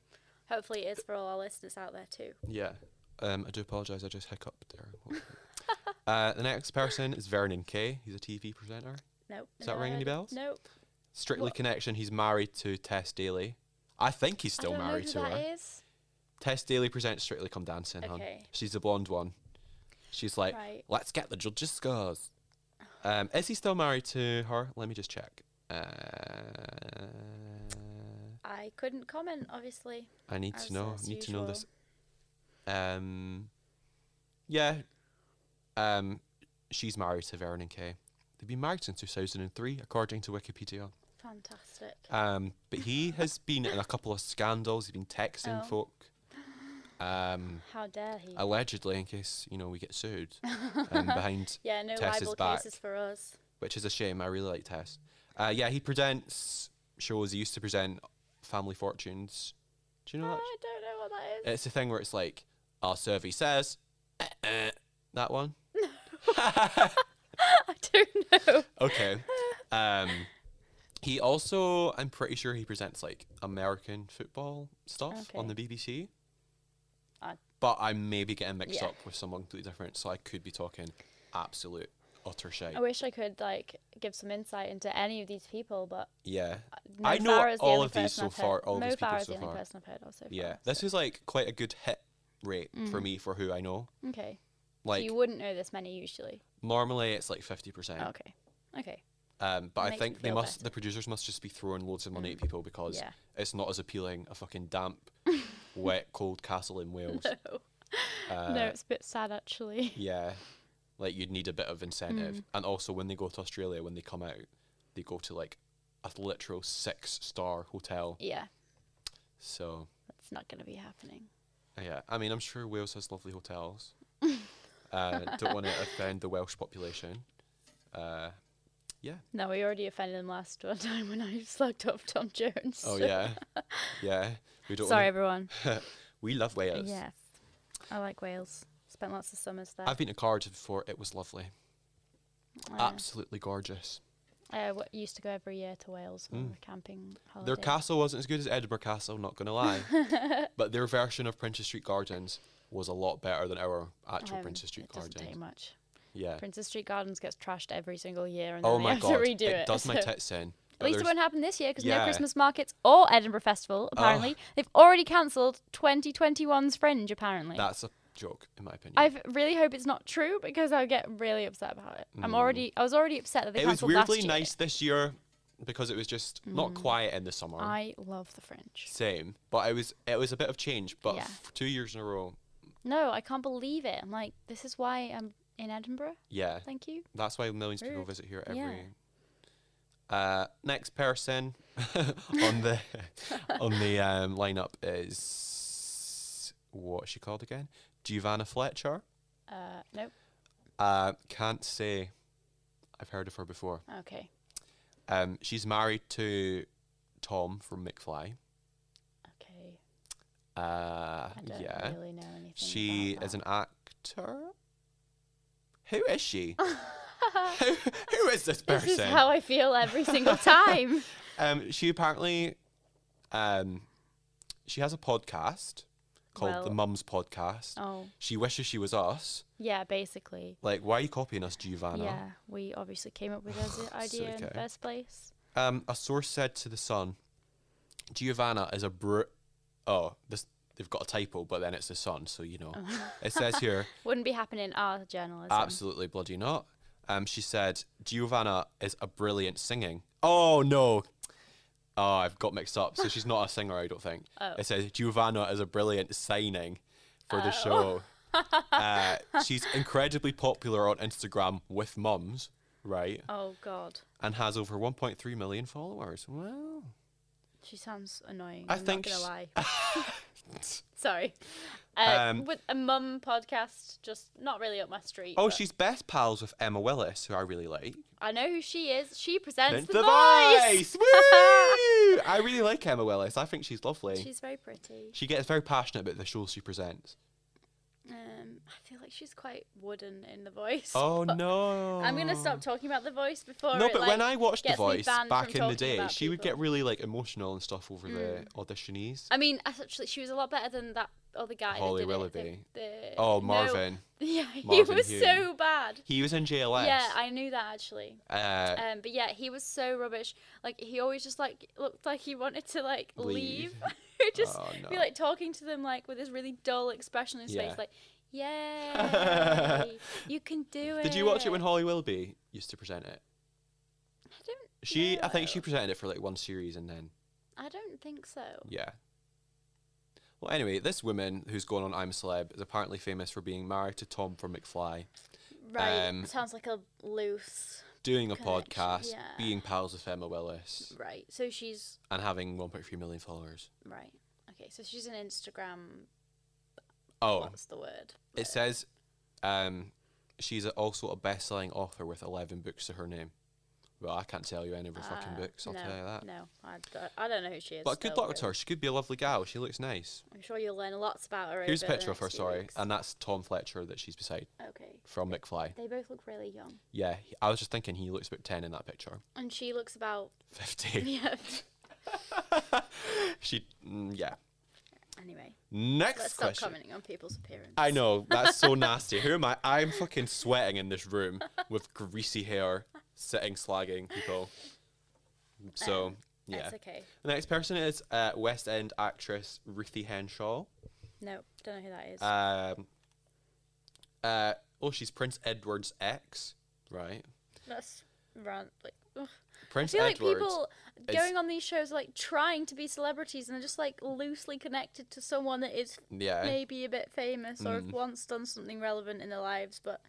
B: hopefully it is for all our listeners out there too.
A: Yeah. Um, I do apologise. I just hiccuped there. What was it? uh, the next person is Vernon Kay. He's a TV presenter.
B: Nope.
A: Does that
B: no,
A: ring
B: I
A: any
B: don't-
A: bells?
B: Nope.
A: Strictly
B: What?
A: Connection. He's married to Tess Daly. I think he's still
B: I don't
A: married
B: know
A: to
B: who
A: her.
B: that is.
A: Tess Daly presents Strictly Come Dancing. hon.
B: Okay.
A: She's the blonde one. She's like,
B: Right.
A: let's get the judges' scores. Um, is he still married to her? Let me just check. Uh,
B: I couldn't comment, obviously.
A: I need
B: As-
A: to know.
B: as
A: Need to know
B: usual.
A: this. Um, yeah. Um, she's married to Vernon Kay. They've been married since 2003, according to Wikipedia.
B: Fantastic.
A: Um, but he has been in a couple of scandals. He's been texting
B: Oh.
A: folk. Um,
B: How dare he?
A: allegedly, in case you know we get sued, um, behind
B: yeah, no
A: Tess is
B: libel
A: back.
B: cases for us.
A: which is a shame. I really like Tess. Uh, yeah, he presents shows. He used to present Family Fortunes. Do you know that?
B: Ah, I don't know what that is.
A: It's the thing where it's like, our survey says, eh, eh," that one.
B: I don't know.
A: Okay. Um, he also, I'm pretty sure he presents like American football stuff on the
B: Okay.
A: BBC.
B: Ah.
A: But I may be getting mixed
B: Yeah.
A: up with someone completely different, so I could be talking absolute utter shit.
B: I wish I could like give some insight into any of these people, but
A: Yeah.
B: Mo
A: I know
B: Farah's the
A: all
B: only
A: of these
B: person
A: so
B: I've heard-
A: far- all of
B: Mo
A: these people
B: Farah's
A: so
B: the only
A: far.
B: person I've heard of so far.
A: Yeah. This
B: so-
A: is like quite a good hit rate for
B: Mm.
A: me for who I know.
B: okay. so
A: Like,
B: you wouldn't know this many usually.
A: normally it's like 50%.
B: Okay. Okay.
A: Um, but I
B: Makes me
A: think they
B: feel
A: must,
B: better. Mm.
A: the producers must just be throwing loads of money at people because
B: Yeah.
A: it's not as appealing a fucking damp, wet, cold castle in Wales.
B: No.
A: Uh,
B: no, it's a bit sad actually.
A: Yeah. Like you'd need a bit of incentive.
B: Mm.
A: And also when they go to Australia, when they come out, they go to like a literal six star hotel.
B: Yeah,
A: So
B: that's not going to be happening.
A: yeah, I mean I'm sure Wales has lovely hotels. uh, don't want to offend the Welsh population. Uh,
B: No, we already offended them last one time when I slugged off Tom Jones.
A: oh
B: so-
A: yeah, yeah. We don't.
B: Sorry,
A: wanna-
B: everyone.
A: we love Wales.
B: Yes. I like Wales. Spent lots of summers there.
A: I've been to Cardiff before. It was lovely.
B: Uh,
A: Absolutely gorgeous.
B: I w- Uh, used to go every year to Wales for
A: Mm.
B: a camping holiday.
A: Their castle wasn't as good as Edinburgh Castle, not gonna lie. but their version of Princess Street Gardens was a lot better than our actual
B: Um,
A: Princess Street
B: it doesn't take
A: Gardens.
B: much.
A: Yeah.
B: Princess Street Gardens gets trashed every single year, and then
A: Oh
B: they
A: my
B: have
A: god.
B: to redo it.
A: does my
B: so-
A: tits in.
B: At
A: But
B: least it
A: there's-
B: won't happen this year because
A: Yeah.
B: no Christmas markets or Edinburgh Festival, apparently. They've already cancelled 2021's Fringe, apparently.
A: that's a joke, in my opinion.
B: I f- really hope it's not true because I get really upset about it. I'm already, I was already upset that they
A: Mm. it was
B: cancelled
A: weirdly
B: last year. Mm.
A: nice this year because it was just not quiet in the summer.
B: I love the Fringe.
A: Same, but it was it was a bit of change. But
B: Yeah.
A: f- two years in a row,
B: No, I can't believe it. I'm like, this is why I'm in Edinburgh.
A: yeah,
B: Thank you.
A: That's why millions of people
B: Rude.
A: visit here every.
B: Yeah.
A: Uh, next person on the on the um, lineup is what's she called again? Giovanna Fletcher.
B: Uh, nope.
A: Uh, can't say I've heard of her before.
B: Okay.
A: Um, she's married to Tom from McFly.
B: Okay.
A: Uh,
B: I don't
A: yeah,
B: really know anything.
A: she
B: about
A: is an
B: that.
A: actor. Who is she? who, who is this person?
B: This is how I feel every single time.
A: Um, she apparently, um, she has a podcast called the
B: Well-
A: Mums Podcast.
B: oh,
A: She wishes she was us.
B: yeah, basically.
A: Like, why are you copying us, Giovanna?
B: Yeah, we obviously came up with this idea in the
A: okay.
B: first place.
A: Um, a source said to the Sun, Giovanna is a br. Oh, this they've got a typo, but then it's the Sun, so you know. it says here,
B: Wouldn't be happening in our journalism.
A: absolutely bloody not. Um, she said Giovanna is a brilliant singing. Oh no. Oh, I've got mixed up. So she's not a singer, I don't think.
B: Oh.
A: It says Giovanna is a brilliant signing for the show. uh, she's incredibly popular on Instagram with mums, right?
B: Oh God,
A: And has over 1.3 million followers. Wow.
B: she sounds annoying.
A: I
B: I'm
A: think
B: not
A: s-
B: gonna lie. Sorry. Uh,
A: Um,
B: with a mum podcast, just not really up my street.
A: Oh,
B: but
A: she's best pals with Emma Willis, who I really like.
B: I know who she is. She presents
A: Vince
B: the,
A: the
B: voice.
A: Voice! Woo! I really like Emma Willis. I think she's lovely.
B: She's very pretty.
A: She gets very passionate about the shows she presents.
B: Um, I feel like she's quite wooden in the voice.
A: Oh no!
B: I'm gonna stop talking about the voice before.
A: Oh. No,
B: it,
A: but
B: like,
A: when I watched The
B: gets me
A: Voice
B: banned
A: back
B: from
A: in the
B: talking
A: day,
B: about
A: she would
B: people. Mm.
A: get really like emotional and stuff over the auditionees.
B: I mean, actually, she was a lot better than that other guy.
A: Holly
B: that did it, the-
A: Willoughby.
B: the-
A: Oh,
B: no,
A: Marvin.
B: Yeah, he
A: Marvin
B: was
A: Hume.
B: so bad.
A: He was in JLS.
B: Yeah, I knew that actually.
A: uh,
B: Um, but yeah, he was so rubbish. Like he always just like looked like he wanted to like leave.
A: Leave.
B: just
A: Oh,
B: be
A: no.
B: like talking to them like with this really dull expression on his
A: Yeah.
B: face, like, "Yeah, you can do it."
A: did you watch it when Holly Willoughby used to present it?
B: I don't.
A: She, I think
B: No.
A: she presented it for like one series and then
B: I don't think so.
A: yeah. Well, anyway, this woman who's going on I'm a Celeb is apparently famous for being married to Tom from McFly,
B: Right.
A: Um,
B: sounds like a loose.
A: doing a
B: Connection,
A: podcast,
B: yeah.
A: being pals with Emma Willis,
B: Right. So she's
A: and having 1.3 million followers.
B: right. Okay. So she's an Instagram.
A: Oh,
B: What's the word?
A: It says um, she's a- also a best-selling author with 11 books to her name. Well, I can't tell you any of her fucking
B: Uh,
A: books, I'll
B: no,
A: tell you that.
B: No, I don't, I don't know who she is.
A: But good
B: still,
A: luck to
B: really.
A: her. She could be a lovely gal. She looks nice.
B: I'm sure you'll learn lots about her.
A: Here's a
B: over the
A: picture of her,
B: next few
A: sorry.
B: weeks.
A: And that's Tom Fletcher that she's beside
B: okay.
A: from McFly.
B: They both look really young.
A: Yeah, he- I was just thinking he looks about 10 in that picture.
B: And she looks about
A: 50.
B: yeah.
A: she, mm, yeah.
B: Anyway,
A: Next
B: let's stop
A: question.
B: commenting on people's appearance.
A: I know, that's so nasty. Who am I? I'm fucking sweating in this room with greasy hair, sitting slagging people. So, yeah.
B: Um, That's okay.
A: The next person is uh, West End actress Ruthie Henshaw.
B: No, don't know who that is.
A: Um, uh, oh, she's Prince Edward's ex, right?
B: That's rant. Like, ugh. I
A: Prince
B: feel like
A: Edward.
B: people
A: is-
B: going on these shows are, like trying to be celebrities and they're just like loosely connected to someone that is
A: yeah, Mm.
B: maybe a bit famous or have once done something relevant in their lives, but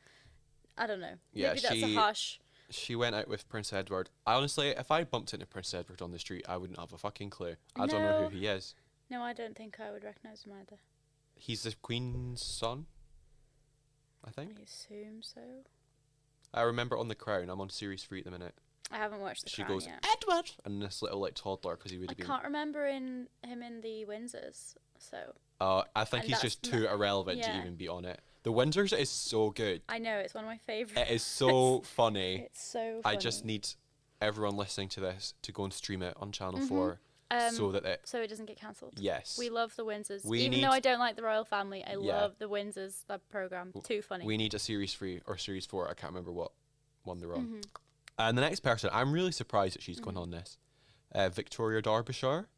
B: I don't know.
A: Yeah,
B: Maybe that's
A: she-
B: a harsh.
A: She went out with Prince Edward. I honestly, if I bumped into Prince Edward on the street, I wouldn't have a fucking clue. I don't know
B: No.
A: who he is.
B: No, I don't think I would recognize him either.
A: He's the Queen's son, I
B: I
A: think.
B: assume so.
A: I remember on The Crown. I'm on series three at the minute.
B: I haven't watched the
A: she
B: Crown
A: goes
B: yet.
A: Edward, and this little like toddler because he would
B: I
A: have been.
B: can't remember in him in the Windsors. So
A: Uh, I think
B: and
A: he's
B: that's
A: just too irrelevant to
B: yeah.
A: even be on it. The Windsors is so good.
B: I know it's one of my favorites.
A: It is so funny.
B: It's so.
A: I just
B: funny.
A: need everyone listening to this to go and stream it on Channel
B: Mhm.
A: Four,
B: um,
A: so that it
B: so it doesn't get cancelled.
A: yes,
B: We love the Windsors.
A: We
B: Even
A: need-
B: though I don't like the royal family, I
A: Yeah.
B: love the Windsors. That program too funny.
A: we need a series three or series four. I can't remember what one they're on.
B: Mm-hmm.
A: And the next person, I'm really surprised that she's going on this. Uh, Victoria Derbyshire,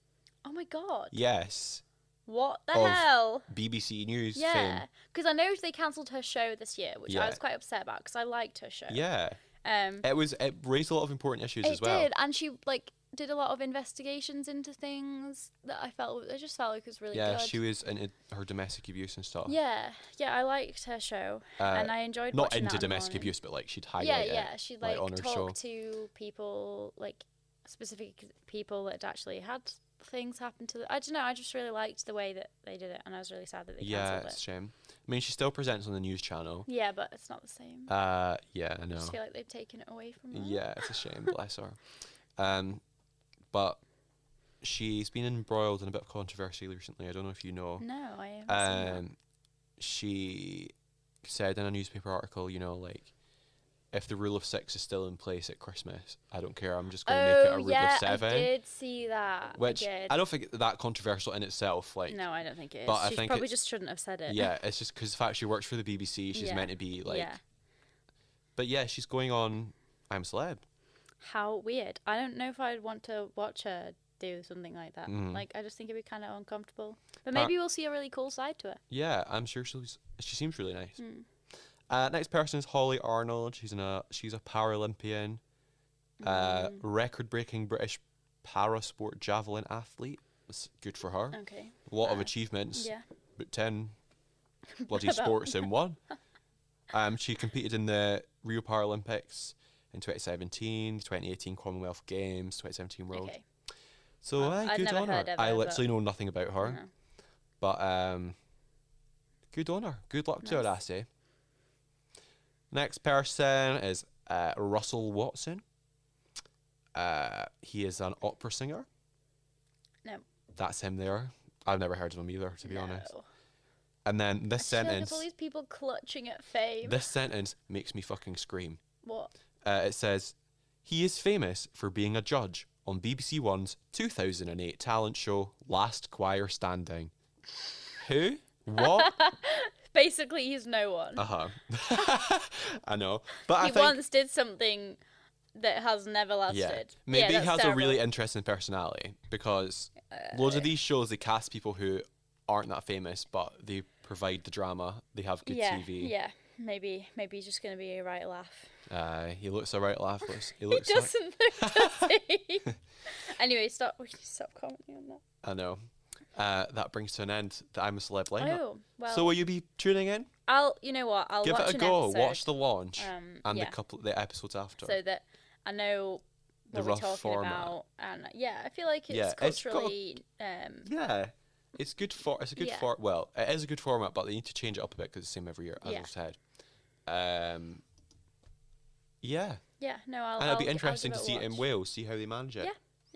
B: Oh my god!
A: yes,
B: What the
A: Of
B: hell?
A: BBC News
B: Yeah,
A: fame,
B: because I know they cancelled her show this year, which
A: Yeah.
B: I was quite upset about because I liked her show.
A: yeah.
B: Um,
A: It was it raised a lot of important issues
B: it
A: as well.
B: did, and she like did a lot of investigations into things that I felt I just felt like was really
A: yeah,
B: good.
A: she was into her domestic abuse and stuff.
B: oh yeah, yeah, I liked her show,
A: Uh,
B: and I enjoyed
A: not
B: watching that
A: into
B: in the
A: domestic
B: morning.
A: abuse, but like she'd highlight
B: yeah,
A: it.
B: yeah. She
A: like,
B: like,
A: on her show.
B: talked to people, like specific people that actually had things happen to them. I don't know. I just really liked the way that they did it, and I was really sad that they
A: Yeah,
B: cancelled
A: it's a
B: it.
A: shame. I mean, she still presents on the news channel.
B: Yeah, but it's not the same.
A: Uh, yeah, I
B: I
A: know.
B: just feel like "Mm." they've taken it away from her.
A: Yeah, it's a shame. bless her. Um, but she's been embroiled in a bit of controversy recently. I don't know if you know.
B: No, I haven't seen that.
A: Um, she said in a newspaper article, you know, like. If the rule of six is still in place at Christmas, I don't care. I'm just going to make it a
B: Oh
A: rule
B: yeah,
A: of seven,
B: I did see that.
A: which
B: I did.
A: I don't think that controversial in itself. Like,
B: no, I don't think it is.
A: but I
B: she
A: think
B: probably
A: it's-
B: just shouldn't have said it.
A: yeah, it's just because the fact she works for the BBC, she's
B: Yeah.
A: meant to be like.
B: yeah.
A: But yeah, she's going on. I'm celeb.
B: How weird. I don't know if I'd want to watch her do something like that.
A: Mm.
B: Like I just think it'd be kind of uncomfortable. But
A: Par-
B: maybe we'll see a really cool side to her.
A: Yeah, I'm sure she's she seems really nice.
B: Mm.
A: Uh, next person is Holly Arnold. She's an, uh, she's a Paralympian, uh,
B: Mm.
A: record-breaking British para sport javelin athlete. It's good for her.
B: Okay.
A: A lot of
B: fair.
A: achievements,
B: Uh, Yeah.
A: but ten bloody
B: About-
A: sports in one. Um, she competed in the Rio Paralympics in 2017, 2018 Commonwealth Games, 2017 World.
B: Okay.
A: So
B: Well,
A: aye,
B: I'd
A: good
B: never
A: on her.
B: heard of
A: I
B: her, but-
A: literally know nothing about her.
B: No.
A: But um, good on her. Good luck to her, I
B: Nice.
A: say. Next person is uh, Russell Watson. Uh, he is an opera singer.
B: No.
A: That's him there. I've never heard of him either, to be honest.
B: No.
A: And then
B: I
A: this
B: just feel like there's
A: sentence,
B: all these people clutching at fame.
A: this sentence makes me fucking scream.
B: What?
A: Uh, it says, "He is famous for being a judge on BBC One's 2008 talent show Last Choir Standing." Who? What?
B: Basically, he's no one.
A: Uh huh. I know, but I
B: he
A: think
B: once did something that has never lasted.
A: yeah,
B: Yeah,
A: maybe he
B: that's
A: has
B: terrible. Uh.
A: a really interesting personality because loads of these shows they cast people who aren't that famous, but they provide the drama. They have good
B: yeah,
A: TV.
B: Yeah, maybe maybe he's just gonna be a right laugh.
A: Uh, he looks alright, laughless. He
B: He
A: looks. like-
B: doesn't look, does he? anyway, stop. We can stop commenting on that.
A: I know. Uh, that brings to an end the I'm a Celeb lineup.
B: Oh well.
A: so will you be tuning in?
B: I'll. You know what? I'll
A: Give it
B: watch
A: a
B: an
A: go.
B: episode,
A: Watch the launch
B: um,
A: and
B: yeah,
A: the couple the episodes after.
B: so that I know
A: The
B: what we're
A: rough
B: talking
A: format.
B: about. And yeah, I feel like it's
A: Yeah, it's got a-
B: culturally. um,
A: yeah. It's good for it's a good
B: Yeah.
A: for well it is a good format but they need to change it up a bit because it's the same every year as
B: Yeah.
A: I've said. Um, yeah,
B: yeah. No, I'll.
A: and
B: I'll,
A: it'll be
B: I'll
A: interesting
B: give
A: to see
B: a
A: it in
B: watch.
A: Wales, see how they manage it.
B: Yeah.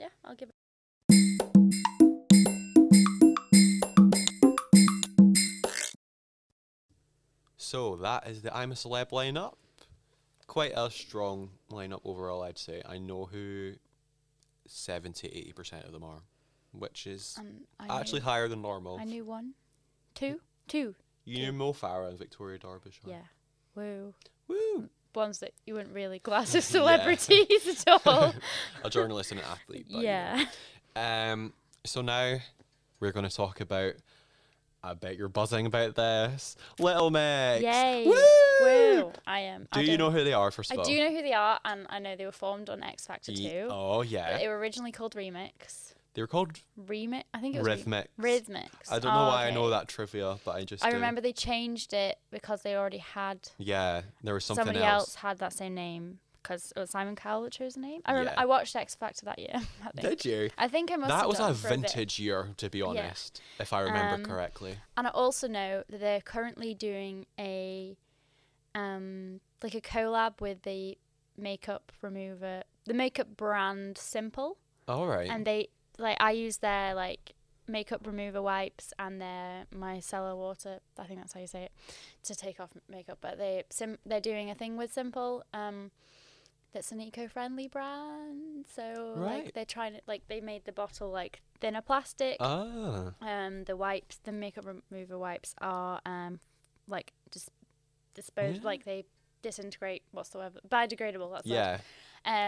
B: Yeah, I'll give. it
A: So that is the I'm a Celeb lineup. Quite a strong lineup overall, I'd say. I know who 70 80 percent of them are, which is
B: Um, I
A: actually
B: knew,
A: higher than normal.
B: I knew one, two, two.
A: you knew Mo Farah and Victoria Derbyshire.
B: Yeah. Woo.
A: Woo!
B: Ones that you wouldn't really class as
A: Yeah.
B: celebrities at all.
A: a journalist and an athlete. But you know.
B: yeah.
A: Um, so now we're going to talk about. I bet you're buzzing about this, Little Mix.
B: Yay.
A: Woo!
B: Woo. I am.
A: Do
B: I
A: you
B: don't-
A: know who they are first of
B: I
A: all?
B: do know who they are, and I know they were formed on X Factor
A: Ye-
B: 2.
A: Oh
B: but
A: yeah,
B: They were originally called Remix.
A: they They were called
B: Remix. I think it was Rhythm-
A: Rhythmics.
B: Rhythmics.
A: I don't know
B: Oh,
A: why I
B: okay.
A: know that trivia, but I just
B: I
A: do.
B: remember they changed it because they already had
A: Yeah, there was something
B: somebody
A: else.
B: else. had that same name because it was Simon Cowell that chose the name. I remember
A: Yeah.
B: I watched X Factor that year. I think.
A: Did you?
B: I think I must.
A: That
B: have
A: was
B: done
A: a
B: for a bit.
A: vintage year, to be honest, if I remember
B: Um,
A: correctly.
B: And I also know that they're currently doing a, um, like a collab with the makeup remover, the makeup brand Simple,
A: All right.
B: and they like I use their like makeup remover wipes and their micellar water. I think that's how you say it to take off makeup. But they sim they're doing a thing with Simple. Um. That's an eco-friendly brand, so
A: Right.
B: like they're trying to like they made the bottle like thinner plastic,
A: ah,
B: um the wipes the makeup remover wipes are um like just disposed
A: Yeah.
B: like they disintegrate what's the word biodegradable that's the
A: yeah.
B: word.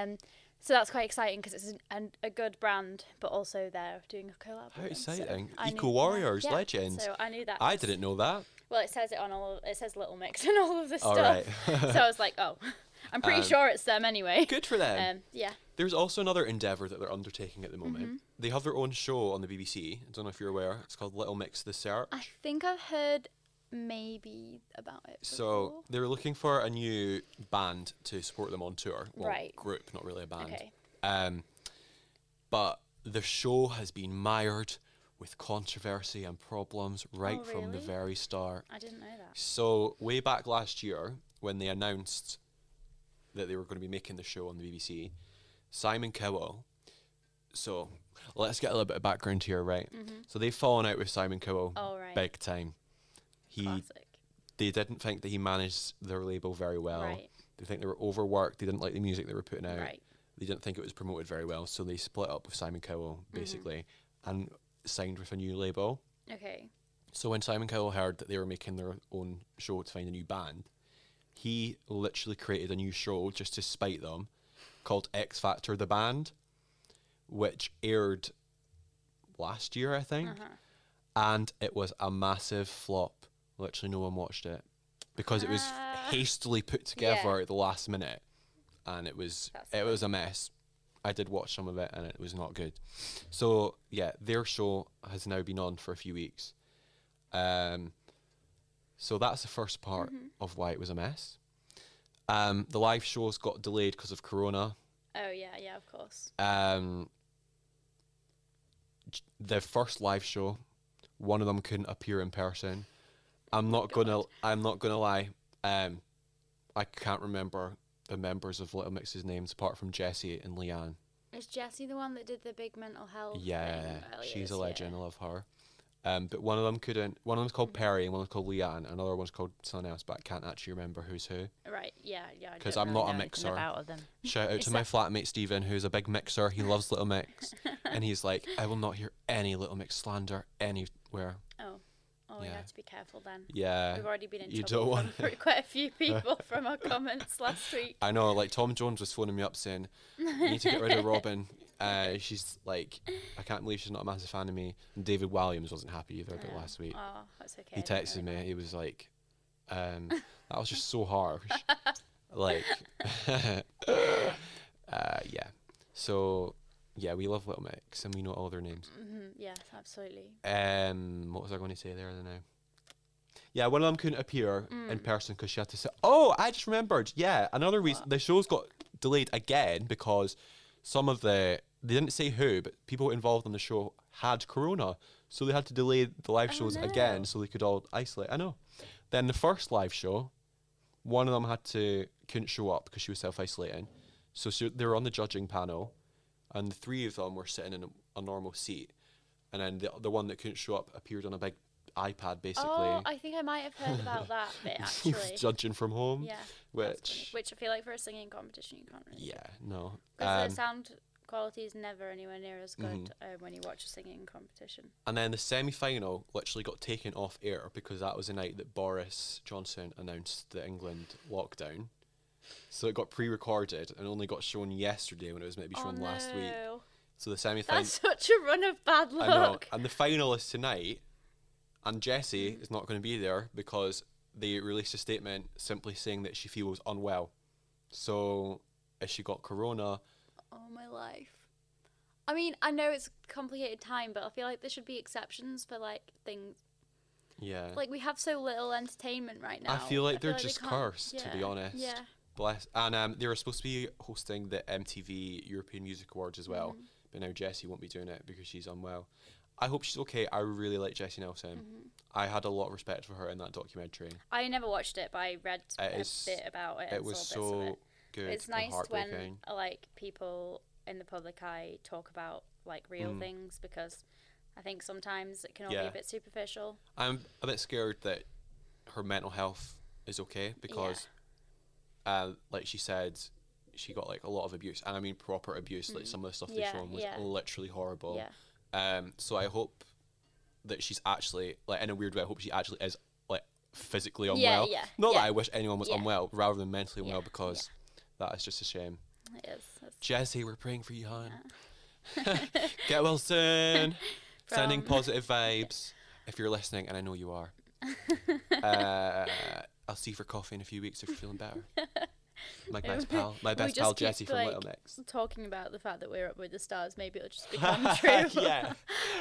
B: um so that's quite exciting because it's an, an, a good brand but also they're doing a collab
A: How
B: with them, so
A: exciting.
B: I knew-
A: Eco Warriors,
B: yeah,
A: legends.
B: so I knew that
A: I
B: was-
A: didn't know that.
B: well it says it on all of, it says Little Mix and all of this
A: All
B: stuff
A: right.
B: so I was like oh I'm pretty
A: Um,
B: sure it's them anyway
A: Good for them.
B: um yeah
A: There's also another endeavour that they're undertaking at the moment.
B: Mm-hmm.
A: They have their own show on the BBC. I don't know if you're aware. It's called Little Mix the Search.
B: I think I've heard maybe about it
A: So they're looking for a new band to support them on tour. Well,
B: Right.
A: Group, not really a band.
B: okay
A: Um, but the show has been mired with controversy and problems right from the
B: Oh, really?
A: very start.
B: I didn't know that
A: So way back last year, when they announced that they were going to be making the show on the BBC, Simon Cowell. So let's get a little bit of background here, right? So they've fallen out with Simon Cowell
B: Mm-hmm. oh right
A: big time. He
B: classic
A: they didn't think that he managed their label very well.
B: right
A: They think they were overworked. They didn't like the music they were putting out.
B: right
A: They didn't think it was promoted very well. So they split up with Simon Cowell
B: Mm-hmm.
A: basically and signed with a new label.
B: Okay.
A: So when Simon Cowell heard that they were making their own show to find a new band, he literally created a new show just to spite them called X Factor the Band, which aired last year, I think.
B: Uh-huh.
A: And it was a massive flop. Literally, no one watched it because it was
B: Ah.
A: hastily put together at the last minute. And it was
B: That's
A: it was a mess. I did watch some of it and it was not good. So yeah, their show has now been on for a few weeks. Um, so that's the first part
B: Mm-hmm.
A: of why it was a mess. Um, the live shows got delayed because of Corona.
B: Oh yeah, yeah, of course.
A: Um, j- the first live show, one of them couldn't appear in person. I'm not gonna. I'm not gonna lie. Um, I can't remember the members of Little Mix's names apart from Jesse and Leanne.
B: Is Jessie the one that did the big mental health?
A: Yeah,
B: thing earlier
A: she's
B: this
A: a
B: year?
A: legend. I love her. Um, but one of them couldn't. One of them's called Perry, and one of them's called Leanne. Another one's called someone else, but I can't actually remember who's who.
B: Right. Yeah, yeah. I
A: 'Cause
B: don't
A: I'm
B: know
A: not a
B: anything
A: mixer.
B: About them.
A: Shout out
B: Is
A: to my flatmate Stephen, who's a big mixer. He loves Little Mix, and he's like, I will not hear any Little Mix slander anywhere.
B: Oh, oh, we
A: Yeah.
B: have to be careful then.
A: Yeah,
B: We've already been in
A: you
B: trouble
A: don't
B: from quite a few people from our comments last week.
A: I know. Like Tom Jones was phoning me up saying, "You need to get rid of Robin." Uh, she's like, I can't believe she's not a massive fan of me. And David Williams wasn't happy either about
B: Yeah.
A: last week.
B: Oh, that's okay.
A: he
B: I didn't
A: texted
B: know
A: me. He was like, um, "That was just so harsh." like, uh, yeah. So, yeah, we love Little Mix, and we know all their names.
B: that. Mhm, Yes, absolutely.
A: Um, what was I going to say there? I don't know. Yeah, one of them couldn't appear in
B: Mm.
A: person because she had to say. Oh, I just remembered. Yeah, another reason the show's got delayed again because some of the they didn't say who, but people involved in the show had corona, so they had to delay the live
B: Oh,
A: shows
B: no.
A: again so they could all isolate. I know. Then the first live show, one of them had to couldn't show up because she was self isolating, so she, they were on the judging panel, and the three of them were sitting in a, a normal seat, and then the the one that couldn't show up appeared on a big iPad basically.
B: Oh, I think I might have heard about that bit
A: He was
B: actually.
A: judging from home,
B: yeah. that's funny.
A: which
B: Which I feel like for a singing competition you can't really.
A: yeah, no,
B: Because
A: Um,
B: the sound quality is never anywhere near as good
A: Mhm.
B: uh, when you watch a singing competition.
A: and then the semi final literally got taken off air because that was the night that Boris Johnson announced the England lockdown. So it got pre-recorded and only got shown yesterday when it was meant to be shown last week. So the semi-final,
B: Oh, That's such a run of bad
A: I know. uh,
B: luck.
A: And the final is tonight, and Jessie is not going to be there because they released a statement simply saying that she feels unwell. So, has she got corona?
B: Oh my life. I mean, I know it's a complicated time, but I feel like there should be exceptions for like things.
A: Yeah.
B: Like we have so little entertainment right now.
A: I feel like they're
B: they
A: just
B: can't-
A: cursed, to be
B: yeah,
A: honest.
B: Yeah.
A: Bless. And um, they were supposed to be hosting the MTV European Music Awards as well,
B: Mhm,
A: but now Jessie won't be doing it because she's unwell. I hope she's okay. I really like Jessie Nelson.
B: mhm.
A: I had a lot of respect for her in that documentary.
B: I never watched it, but I read a
A: is-
B: bit about it.
A: it was
B: saw bits of it.
A: so good.
B: It's
A: and
B: nice when
A: heartbreaking.
B: uh, like people in the public eye talk about like real
A: Mm.
B: things because I think sometimes it can all be
A: Yeah.
B: a bit superficial.
A: I'm a bit scared that her mental health is okay because, uh, like she said, she got like a lot of abuse, and I mean proper abuse. Like
B: Mhm.
A: some of the stuff
B: Yeah,
A: they showed was
B: yeah.
A: literally horrible.
B: Yeah.
A: Um, so I hope that she's actually like in a weird way. I hope she actually is like physically
B: Yeah,
A: unwell.
B: yeah,
A: Not
B: yeah.
A: that I wish anyone was
B: Yeah.
A: unwell, rather than mentally
B: Yeah,
A: unwell, because that is just a shame.
B: It is. It's
A: Jesse, we're praying for you, hon. Get well soon. Sending
B: From-
A: positive vibes. If you're listening, and I know you are. uh, I'll see you for coffee in a few weeks if you're feeling better. My best pal, my best
B: just
A: pal
B: keep,
A: Jesse from Little
B: like,
A: Mix.
B: talking about the fact that we're up with the stars, maybe it'll just become true.
A: yeah,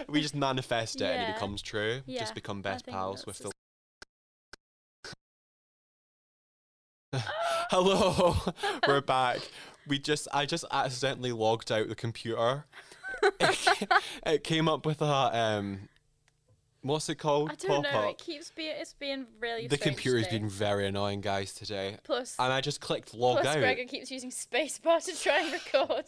A: we just manifest it and
B: Yeah.
A: it becomes true.
B: Yeah,
A: Just become
B: I
A: best
B: think
A: pals
B: that's
A: with the.
B: just-
A: Hello, we're back. We just, I just accidentally logged out the computer. it came up with a um, what's it called?
B: I don't
A: Pop
B: know. It
A: up.
B: keeps being it's being really.
A: The
B: strange
A: computer's
B: today.
A: been very annoying, guys, today.
B: plus.
A: And I just clicked log
B: Plus,
A: out.
B: Gregor keeps using spacebar to try and record.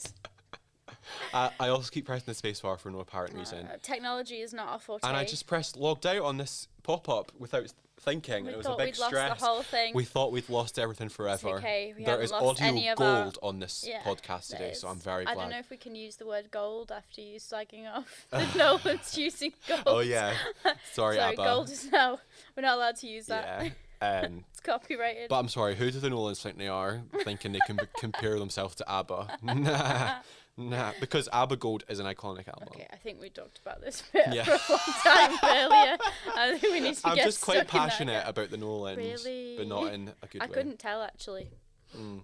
A: I, I also keep pressing the spacebar for no apparent reason.
B: Uh, technology is not our forte.
A: And I just pressed logged out on this pop up without s- thinking. and
B: we
A: it was a
B: thought
A: big
B: we'd
A: stress.
B: lost the whole thing.
A: We thought we'd lost everything forever.
B: okay, we
A: there
B: haven't
A: is
B: lost
A: audio
B: any of our-
A: gold on this
B: Yeah,
A: podcast
B: That
A: today, so
B: is-
A: I'm very
B: I
A: glad.
B: don't know if we can use the word gold after you slagging off that no one's using gold.
A: Oh yeah, sorry,
B: Sorry,
A: Abba.
B: gold is now we're not allowed to use that.
A: yeah. Um,
B: it's copyrighted.
A: but I'm sorry. Who do the Nolans think they are, thinking they can b- compare themselves to ABBA? Nah, nah. Because ABBA Gold is an iconic album.
B: okay, I think we talked about this bit
A: Yeah.
B: for a long time earlier. I think we need to
A: I'm
B: get
A: just quite
B: stuck in that
A: passionate
B: again.
A: about the Nolans, but not
B: Really?
A: in a good
B: I
A: way.
B: couldn't tell actually.
A: Mm.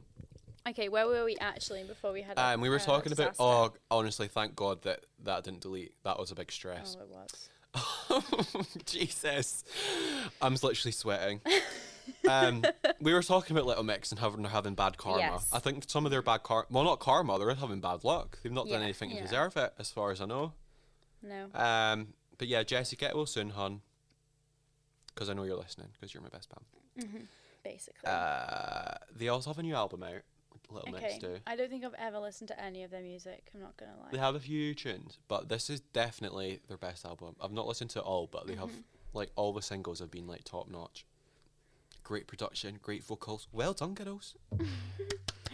B: Okay, where were we actually before we had? our,
A: Um, we were
B: uh,
A: talking about.
B: disaster?
A: Oh, honestly, thank God that that didn't delete. That was a big stress.
B: Oh, it was. Oh.
A: Jesus, I'm s- literally sweating. um, we were talking about Little Mix and having having bad karma.
B: Yes.
A: I think some of their bad karma. Well, not karma. They're having bad luck. They've not done
B: Yeah,
A: anything
B: yeah.
A: to deserve it, as far as I know.
B: No.
A: Um, but yeah, Jesse, get well soon, hun. Because I know you're listening. Because you're my best pal.
B: Basically.
A: Uh, they also have a new album out. Little Mix
B: okay.
A: do.
B: I don't think I've ever listened to any of their music. I'm not gonna lie.
A: They have a few tunes, but this is definitely their best album. I've not listened to it all, but they have
B: Mm-hmm.
A: like all the singles have been like top notch. Great production, great vocals. Well done, girls.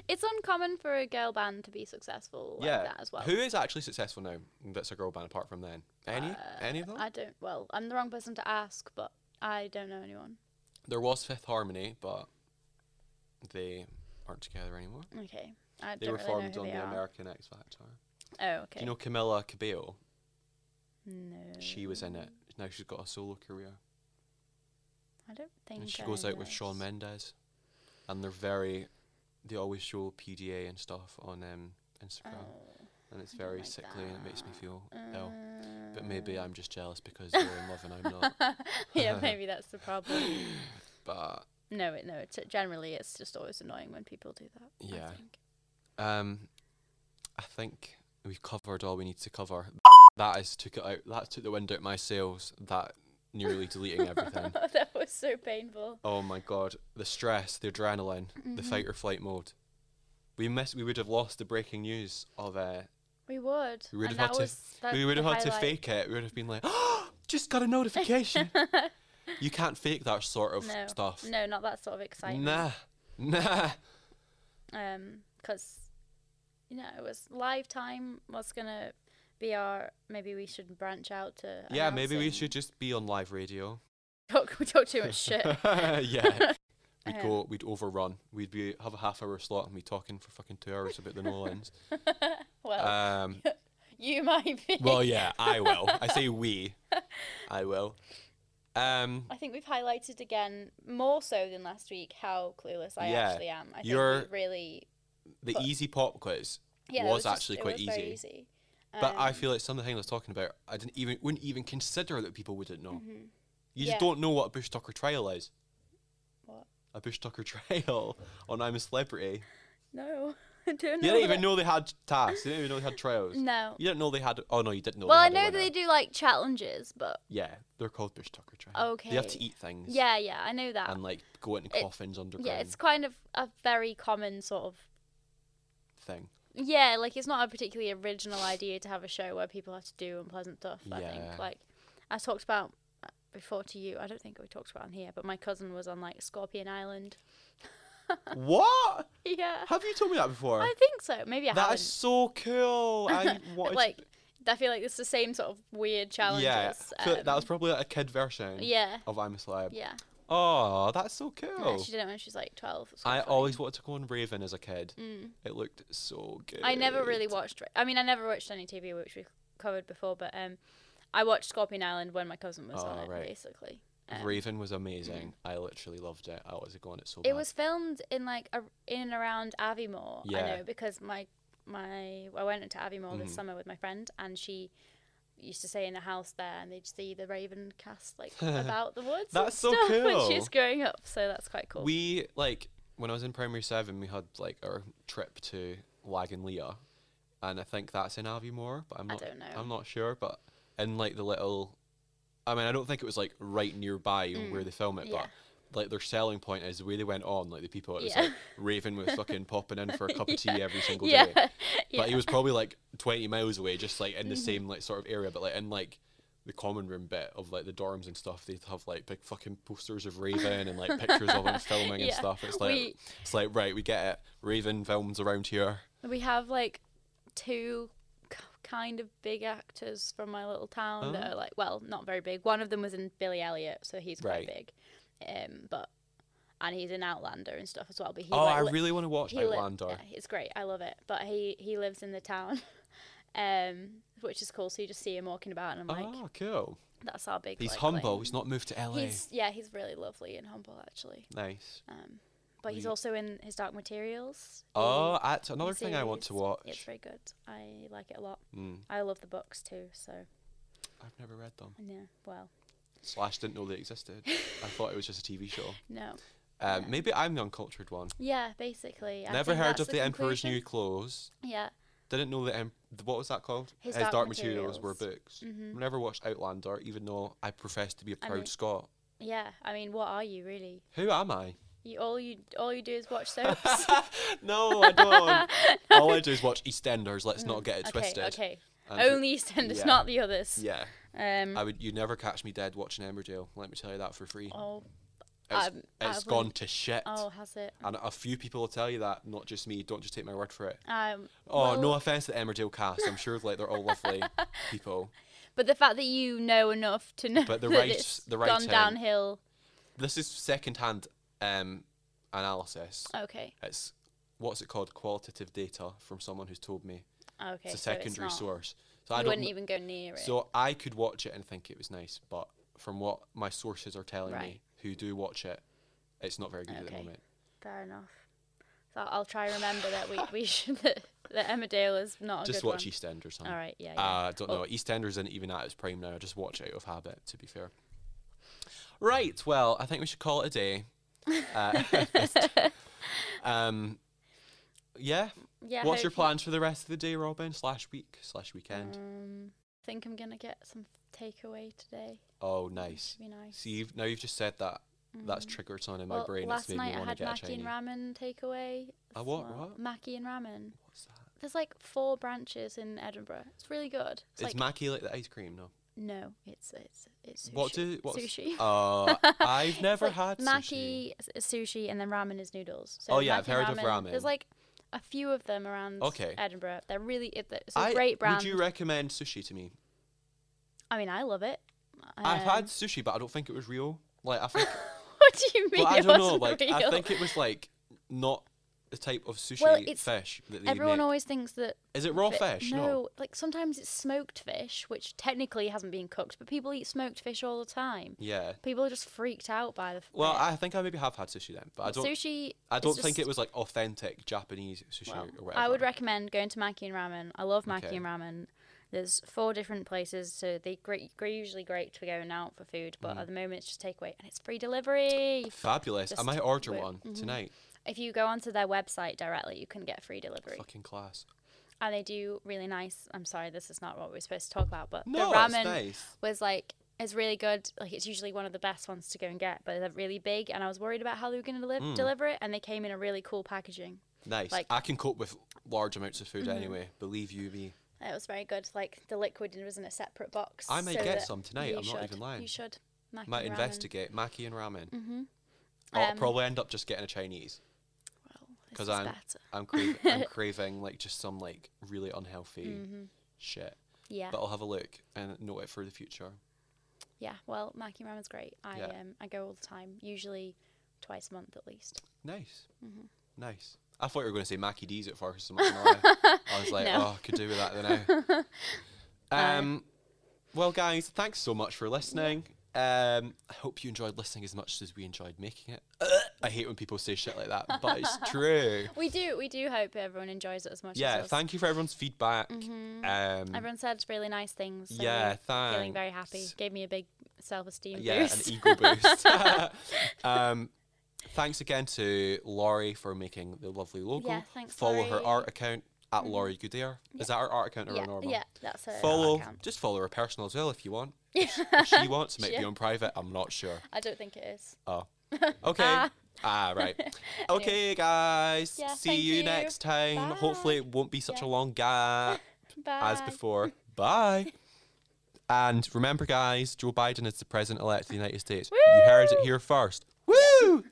B: It's uncommon for a girl band to be successful like that as well.
A: Who is actually successful now? That's a girl band apart from then. Any? any of them?
B: Uh, I don't. Well, I'm the wrong person to ask, but I don't know anyone.
A: there was Fifth Harmony, but they aren't together anymore.
B: Okay, I
A: They
B: don't
A: were
B: really
A: formed
B: know
A: on
B: who
A: the
B: they are.
A: American X Factor.
B: oh,
A: Do
B: okay.
A: you know Camilla Cabello?
B: no.
A: She was in it.
B: Mm.
A: Now she's got a solo career.
B: I don't think.
A: And she
B: I
A: goes out
B: know
A: with Sean
B: this.
A: Mendes, and they're very, they always show PDA and stuff on um,
B: Oh.
A: Instagram, and it's
B: I don't
A: very
B: like
A: sickly and it makes me
B: that.
A: feel
B: Oh.
A: ill. But maybe
B: Uh,
A: I'm just jealous because they're in love and I'm not.
B: yeah, maybe that's the problem.
A: But
B: No, it, no. It's generally it's just always annoying when people do that.
A: Yeah.
B: I think.
A: um, I think we've covered all we need to cover. That is took it out. That took the wind out my sails. That nearly deleting everything.
B: that was so painful.
A: Oh my god, the stress, the adrenaline, the
B: Mm-hmm.
A: fight or flight mode. We miss. We would have lost the breaking news of uh,
B: We would.
A: We would have had
B: and that
A: to-
B: was, that-
A: we would
B: the
A: have had to
B: highlight.
A: fake it. We would have been like, oh, just got a notification. you can't fake that sort of
B: No,
A: stuff.
B: No, not that sort of excitement.
A: nah, nah.
B: um because you know it was live time was gonna be our maybe we should branch out to
A: Yeah, maybe we
B: announcing.
A: should just be on live radio.
B: talk, we talk too much shit
A: yeah, we'd
B: Um,
A: go, we'd overrun. We'd be have a half hour slot and be talking for fucking two hours about the Nolans.
B: well
A: Um,
B: you might be
A: well, yeah, I will. I say we, I will. Um,
B: I think we've highlighted again more so than last week how clueless I
A: Yeah,
B: actually am I
A: you're-
B: think we really
A: the
B: But-
A: easy pop quiz
B: yeah it
A: was
B: was just-
A: actually
B: it
A: quite
B: was very
A: easy.
B: easy
A: But I
B: Um,
A: feel like some of the things I was talking about, I didn't even wouldn't even consider that people wouldn't know.
B: mhm.
A: You
B: Yeah.
A: just don't know what a Bush Tucker trial is.
B: What?
A: A Bush Tucker trial on I'm a Celebrity.
B: No, I don't know.
A: You didn't even
B: that-
A: know they had tasks. You didn't even know they had trials.
B: No.
A: You didn't know they had. Oh no, you didn't know.
B: well,
A: they
B: I
A: had a
B: know that
A: winner.
B: they do like challenges, but
A: Yeah, they're called Bush Tucker trials. They have to
B: Okay.
A: eat things.
B: yeah, yeah, I know that.
A: And like go into
B: It-
A: coffins underground
B: yeah, it's kind of a very common sort of.
A: thing.
B: Yeah, like it's not a particularly original idea to have a show where people have to do unpleasant stuff. I
A: Yeah.
B: think like I talked about uh, before to you. I don't think we talked about on here, but my cousin was on like Scorpion Island.
A: what?
B: Yeah,
A: Have you told me that before?
B: I think so. Maybe I
A: That
B: haven't.
A: is so cool. I wanted
B: like I feel like it's the same sort of weird
A: to,
B: challenges.
A: yeah. I feel like that was
B: um,
A: probably like a kid version
B: yeah,
A: of I'm a Celeb.
B: yeah.
A: Oh, that's so
B: Yeah,
A: cool.
B: she did it when she was like twelve. It's
A: I
B: quite funny.
A: always wanted to go on Raven as a kid.
B: Mm.
A: It looked so good.
B: I never really watched. Ra- I mean, I never watched any TV, which we covered before, but um, I watched Scorpion Island when my cousin was on
A: Oh,
B: it,
A: right.
B: basically. Um,
A: Raven was amazing. I literally loved it. I wanted to go on it so
B: Mm. It
A: bad.
B: was filmed in like a, in and around Aviemore.
A: Yeah.
B: I know because my my I went into Aviemore
A: Mhm.
B: this summer with my friend, and she used to stay in a house there, and they'd see the Raven cast like about the woods. and
A: That's so
B: stuff When she
A: cool.
B: was growing up, so that's quite cool.
A: We like when I was in primary seven, we had like our trip to Wagon Leah, and I think that's in Aviemore, but I'm
B: I
A: not.
B: don't know.
A: I'm not sure, but in like the little, I mean, I don't think it was like right nearby where they film it,
B: Mm. yeah.
A: but like their selling point is the way they went on, like the people. It was
B: Yeah.
A: like Raven was fucking popping in for a cup of tea every single
B: yeah,
A: day,
B: yeah. Mm-hmm.
A: but he was probably like 20 miles away, just like in the same like sort of area, but like in like the common room bit of like the dorms and stuff, they'd have like big fucking posters of Raven and like pictures of him filming and
B: Yeah,
A: stuff. It's like
B: we-
A: it's like right, we get it. Raven films around here.
B: We have like two k- kind of big actors from my little town that
A: Oh.
B: are like, well, not very big. One of them was in Billy Elliot, so he's quite
A: Right.
B: big, um, but and he's in Outlander and stuff as well. But he,
A: oh,
B: like,
A: I
B: li-
A: really want to watch
B: he li-
A: Outlander.
B: yeah, it's great. I love it. But he he lives in the town, um, which is cool. So you just see him walking about, and I'm like,
A: oh, cool.
B: that's our big.
A: He's
B: like,
A: humble.
B: thing.
A: He's not moved to LA.
B: He's yeah, he's really lovely and humble actually.
A: Nice.
B: Um, but he's
A: We-
B: also in his Dark Materials. the
A: Oh, that's another thing I want to
B: series.
A: watch.
B: It's very good. I like it a lot.
A: Mm,
B: I love the books too, so
A: I've never read them.
B: yeah, well,
A: Slash didn't know they existed. I thought it was just a TV show.
B: no.
A: Um,
B: Yeah.
A: maybe I'm the uncultured one.
B: Yeah, basically. I
A: Never
B: think
A: heard
B: that's
A: of the, Emperor's New
B: conclusion.
A: Clothes.
B: Yeah.
A: Didn't know that. Um, th- what was that called?
B: His Dark
A: were
B: Materials.
A: books.
B: hmm
A: Never watched Outlander, even though I profess to be a
B: I
A: proud
B: mean-
A: Scot.
B: Yeah, I mean, what are you really?
A: Who am I?
B: You all you all you do is watch soaps.
A: no, I don't. All I do is watch EastEnders. Let's not get it
B: Mm. okay,
A: twisted.
B: okay. Oh.
A: And who-
B: Only EastEnders,
A: yeah.
B: not the others.
A: Yeah,
B: Um.
A: I would. You never catch me dead watching Emmerdale. Let me tell you that for free.
B: oh,
A: It's
B: um, I
A: it's
B: wouldn't-
A: gone to shit.
B: oh, has it?
A: And a few people will tell you that, not just me. Don't just take my word for it.
B: Um.
A: Oh,
B: well,
A: no offense to the Emmerdale cast. I'm sure like they're all lovely people.
B: But the fact that you know enough to know
A: But the
B: that
A: right-
B: it's
A: the
B: gone
A: writing-
B: downhill.
A: This is secondhand um, analysis.
B: Okay.
A: it's what's it called qualitative data from someone who's told me
B: Okay.
A: it's a
B: so
A: secondary
B: not-
A: source so i
B: you
A: don't
B: wouldn't
A: kn-
B: even go near it.
A: so i could watch it and think it was nice but from what my sources are telling me
B: Right.
A: who do watch it it's not very good at the
B: Okay.
A: moment
B: Fair enough. So I'll I'll try remember that we, we should that, that Emmerdale is not a
A: just
B: Oh, good
A: watch
B: one.
A: eastenders son.
B: All right, yeah, yeah.
A: Uh, I don't
B: Well-
A: know. EastEnders isn't even at its prime now. I just watch it out of habit, to be fair. Right. Well, I think we should call it a day. Uh, um, yeah.
B: yeah.
A: What's your
B: hope you-
A: plans for the rest of the day, Robin? Slash week? Slash weekend?
B: Um, think I'm gonna get some takeaway today.
A: oh,
B: which
A: nice.
B: would Be nice.
A: See, you've, now you've just said that. That's triggered something in my
B: Mm. well,
A: brain.
B: last
A: it's made
B: night
A: me
B: I
A: want
B: had
A: to get a
B: Mackie and
A: Chinese.
B: ramen
A: A
B: takeaway. as
A: Uh, what-
B: well.
A: what?
B: Mackie and ramen.
A: What's that?
B: There's like four branches in Edinburgh. It's really good. It's
A: Is
B: like
A: Mackie like the ice cream? No.
B: no, it's it's it's sushi.
A: What do what's
B: sushi?
A: Uh, I've never
B: It's
A: had
B: like maki is- is sushi and then ramen is noodles. So
A: Oh, yeah,
B: maki
A: I've heard of ramen.
B: There's like a few of them around
A: Okay.
B: Edinburgh. They're really it, it's
A: sushi.
B: a
A: I-
B: great brand.
A: Would you recommend sushi to me?
B: I mean, I love it.
A: I've
B: Um,
A: had sushi, but I don't think it was real. Like I think,
B: What do you mean?
A: well, I
B: it
A: don't know.
B: wasn't
A: Like I
B: real?
A: think it was like not the type of sushi
B: Well, it's-
A: fish that they
B: everyone
A: make.
B: always thinks that
A: Is it raw
B: fi-
A: fish?
B: No, like sometimes it's smoked fish, which technically hasn't been cooked, but people eat smoked fish all the time.
A: Yeah.
B: People are just freaked out by the. f-
A: Well,
B: it.
A: I think I maybe have had sushi then, but I don't.
B: sushi.
A: I
B: is
A: don't think
B: just-
A: it was like authentic Japanese sushi
B: Well,
A: or whatever.
B: I would recommend going to Maki and Ramen. I love Maki
A: Okay.
B: and Ramen. There's four different places, so they great, they're usually great for going out for food,
A: Mm.
B: but at the moment it's just takeaway and it's free delivery.
A: Fabulous. I
B: Just
A: might order
B: wait- Mm-hmm.
A: one tonight.
B: If you go onto their website directly, you can get free delivery,
A: Fucking class.
B: and they do really nice. I'm sorry, this is not what we're supposed to talk about, but
A: No,
B: the
A: that's
B: ramen
A: nice.
B: was like is really good. Like it's usually one of the best ones to go and get, but they're really big, and I was worried about how they were going to deli-
A: Mm.
B: deliver it, and they came in a really cool packaging.
A: Nice.
B: like- Mm-hmm.
A: I can cope with large amounts of food anyway. Believe you me.
B: It was very good. Like the liquid was in a separate box.
A: I may
B: so
A: get
B: that
A: some tonight,
B: you
A: I'm not
B: should-
A: even lying.
B: You should. Mac
A: Might
B: and ramen.
A: investigate Mackie and ramen. Mm-hmm. I'll
B: Um,
A: probably end up just getting a Chinese
B: Well, this
A: because
B: is
A: I'm
B: better.
A: I'm, crav- I'm craving like just some like really unhealthy shit.
B: Mm. Mm-hmm. Yeah.
A: Mm-hmm. But I'll have a look and note it for the future.
B: Yeah. Well, Maki Ramen's great. I
A: Yeah.
B: um I go all the time, usually twice a month at least.
A: Nice,
B: Mm-hmm.
A: nice. I thought you were going to say Mackie D's at first. I'm not gonna lie. I was like,
B: No.
A: oh, I could do with that now. um, well, guys, thanks so much for listening. Um, I hope you enjoyed listening as much as we enjoyed making it. I hate when people say shit like that, but it's true.
B: We do we do hope everyone enjoys it as much
A: Yeah,
B: as us.
A: thank you for everyone's feedback.
B: Mm-hmm.
A: Um,
B: Everyone said really nice things. so
A: yeah,
B: we're
A: thanks.
B: Feeling very happy. Gave me a big self esteem
A: yeah,
B: E boost.
A: an ego boost. um, thanks again to Laurie for making the lovely logo.
B: Yeah, thanks,
A: Follow her
B: Laurie. Mm-hmm.
A: art account at Laurie Goodere. Is that her art account or
B: yeah,
A: her normal?
B: yeah, that's it.
A: Follow,
B: I,
A: just follow her personal as well if you want. If she wants, it might be
B: Yeah.
A: on private. I'm not sure.
B: don't think it is.
A: Oh, okay.
B: Ah.
A: Ah, right. Okay, guys.
B: Yeah,
A: See
B: thank
A: you,
B: you.
A: next time. Hopefully,
B: Bye.
A: it won't be such a
B: Yeah.
A: long gap
B: Bye.
A: as before. Bye. And remember, guys, Joe Biden is the president elect of the United States. You heard it here first. Woo!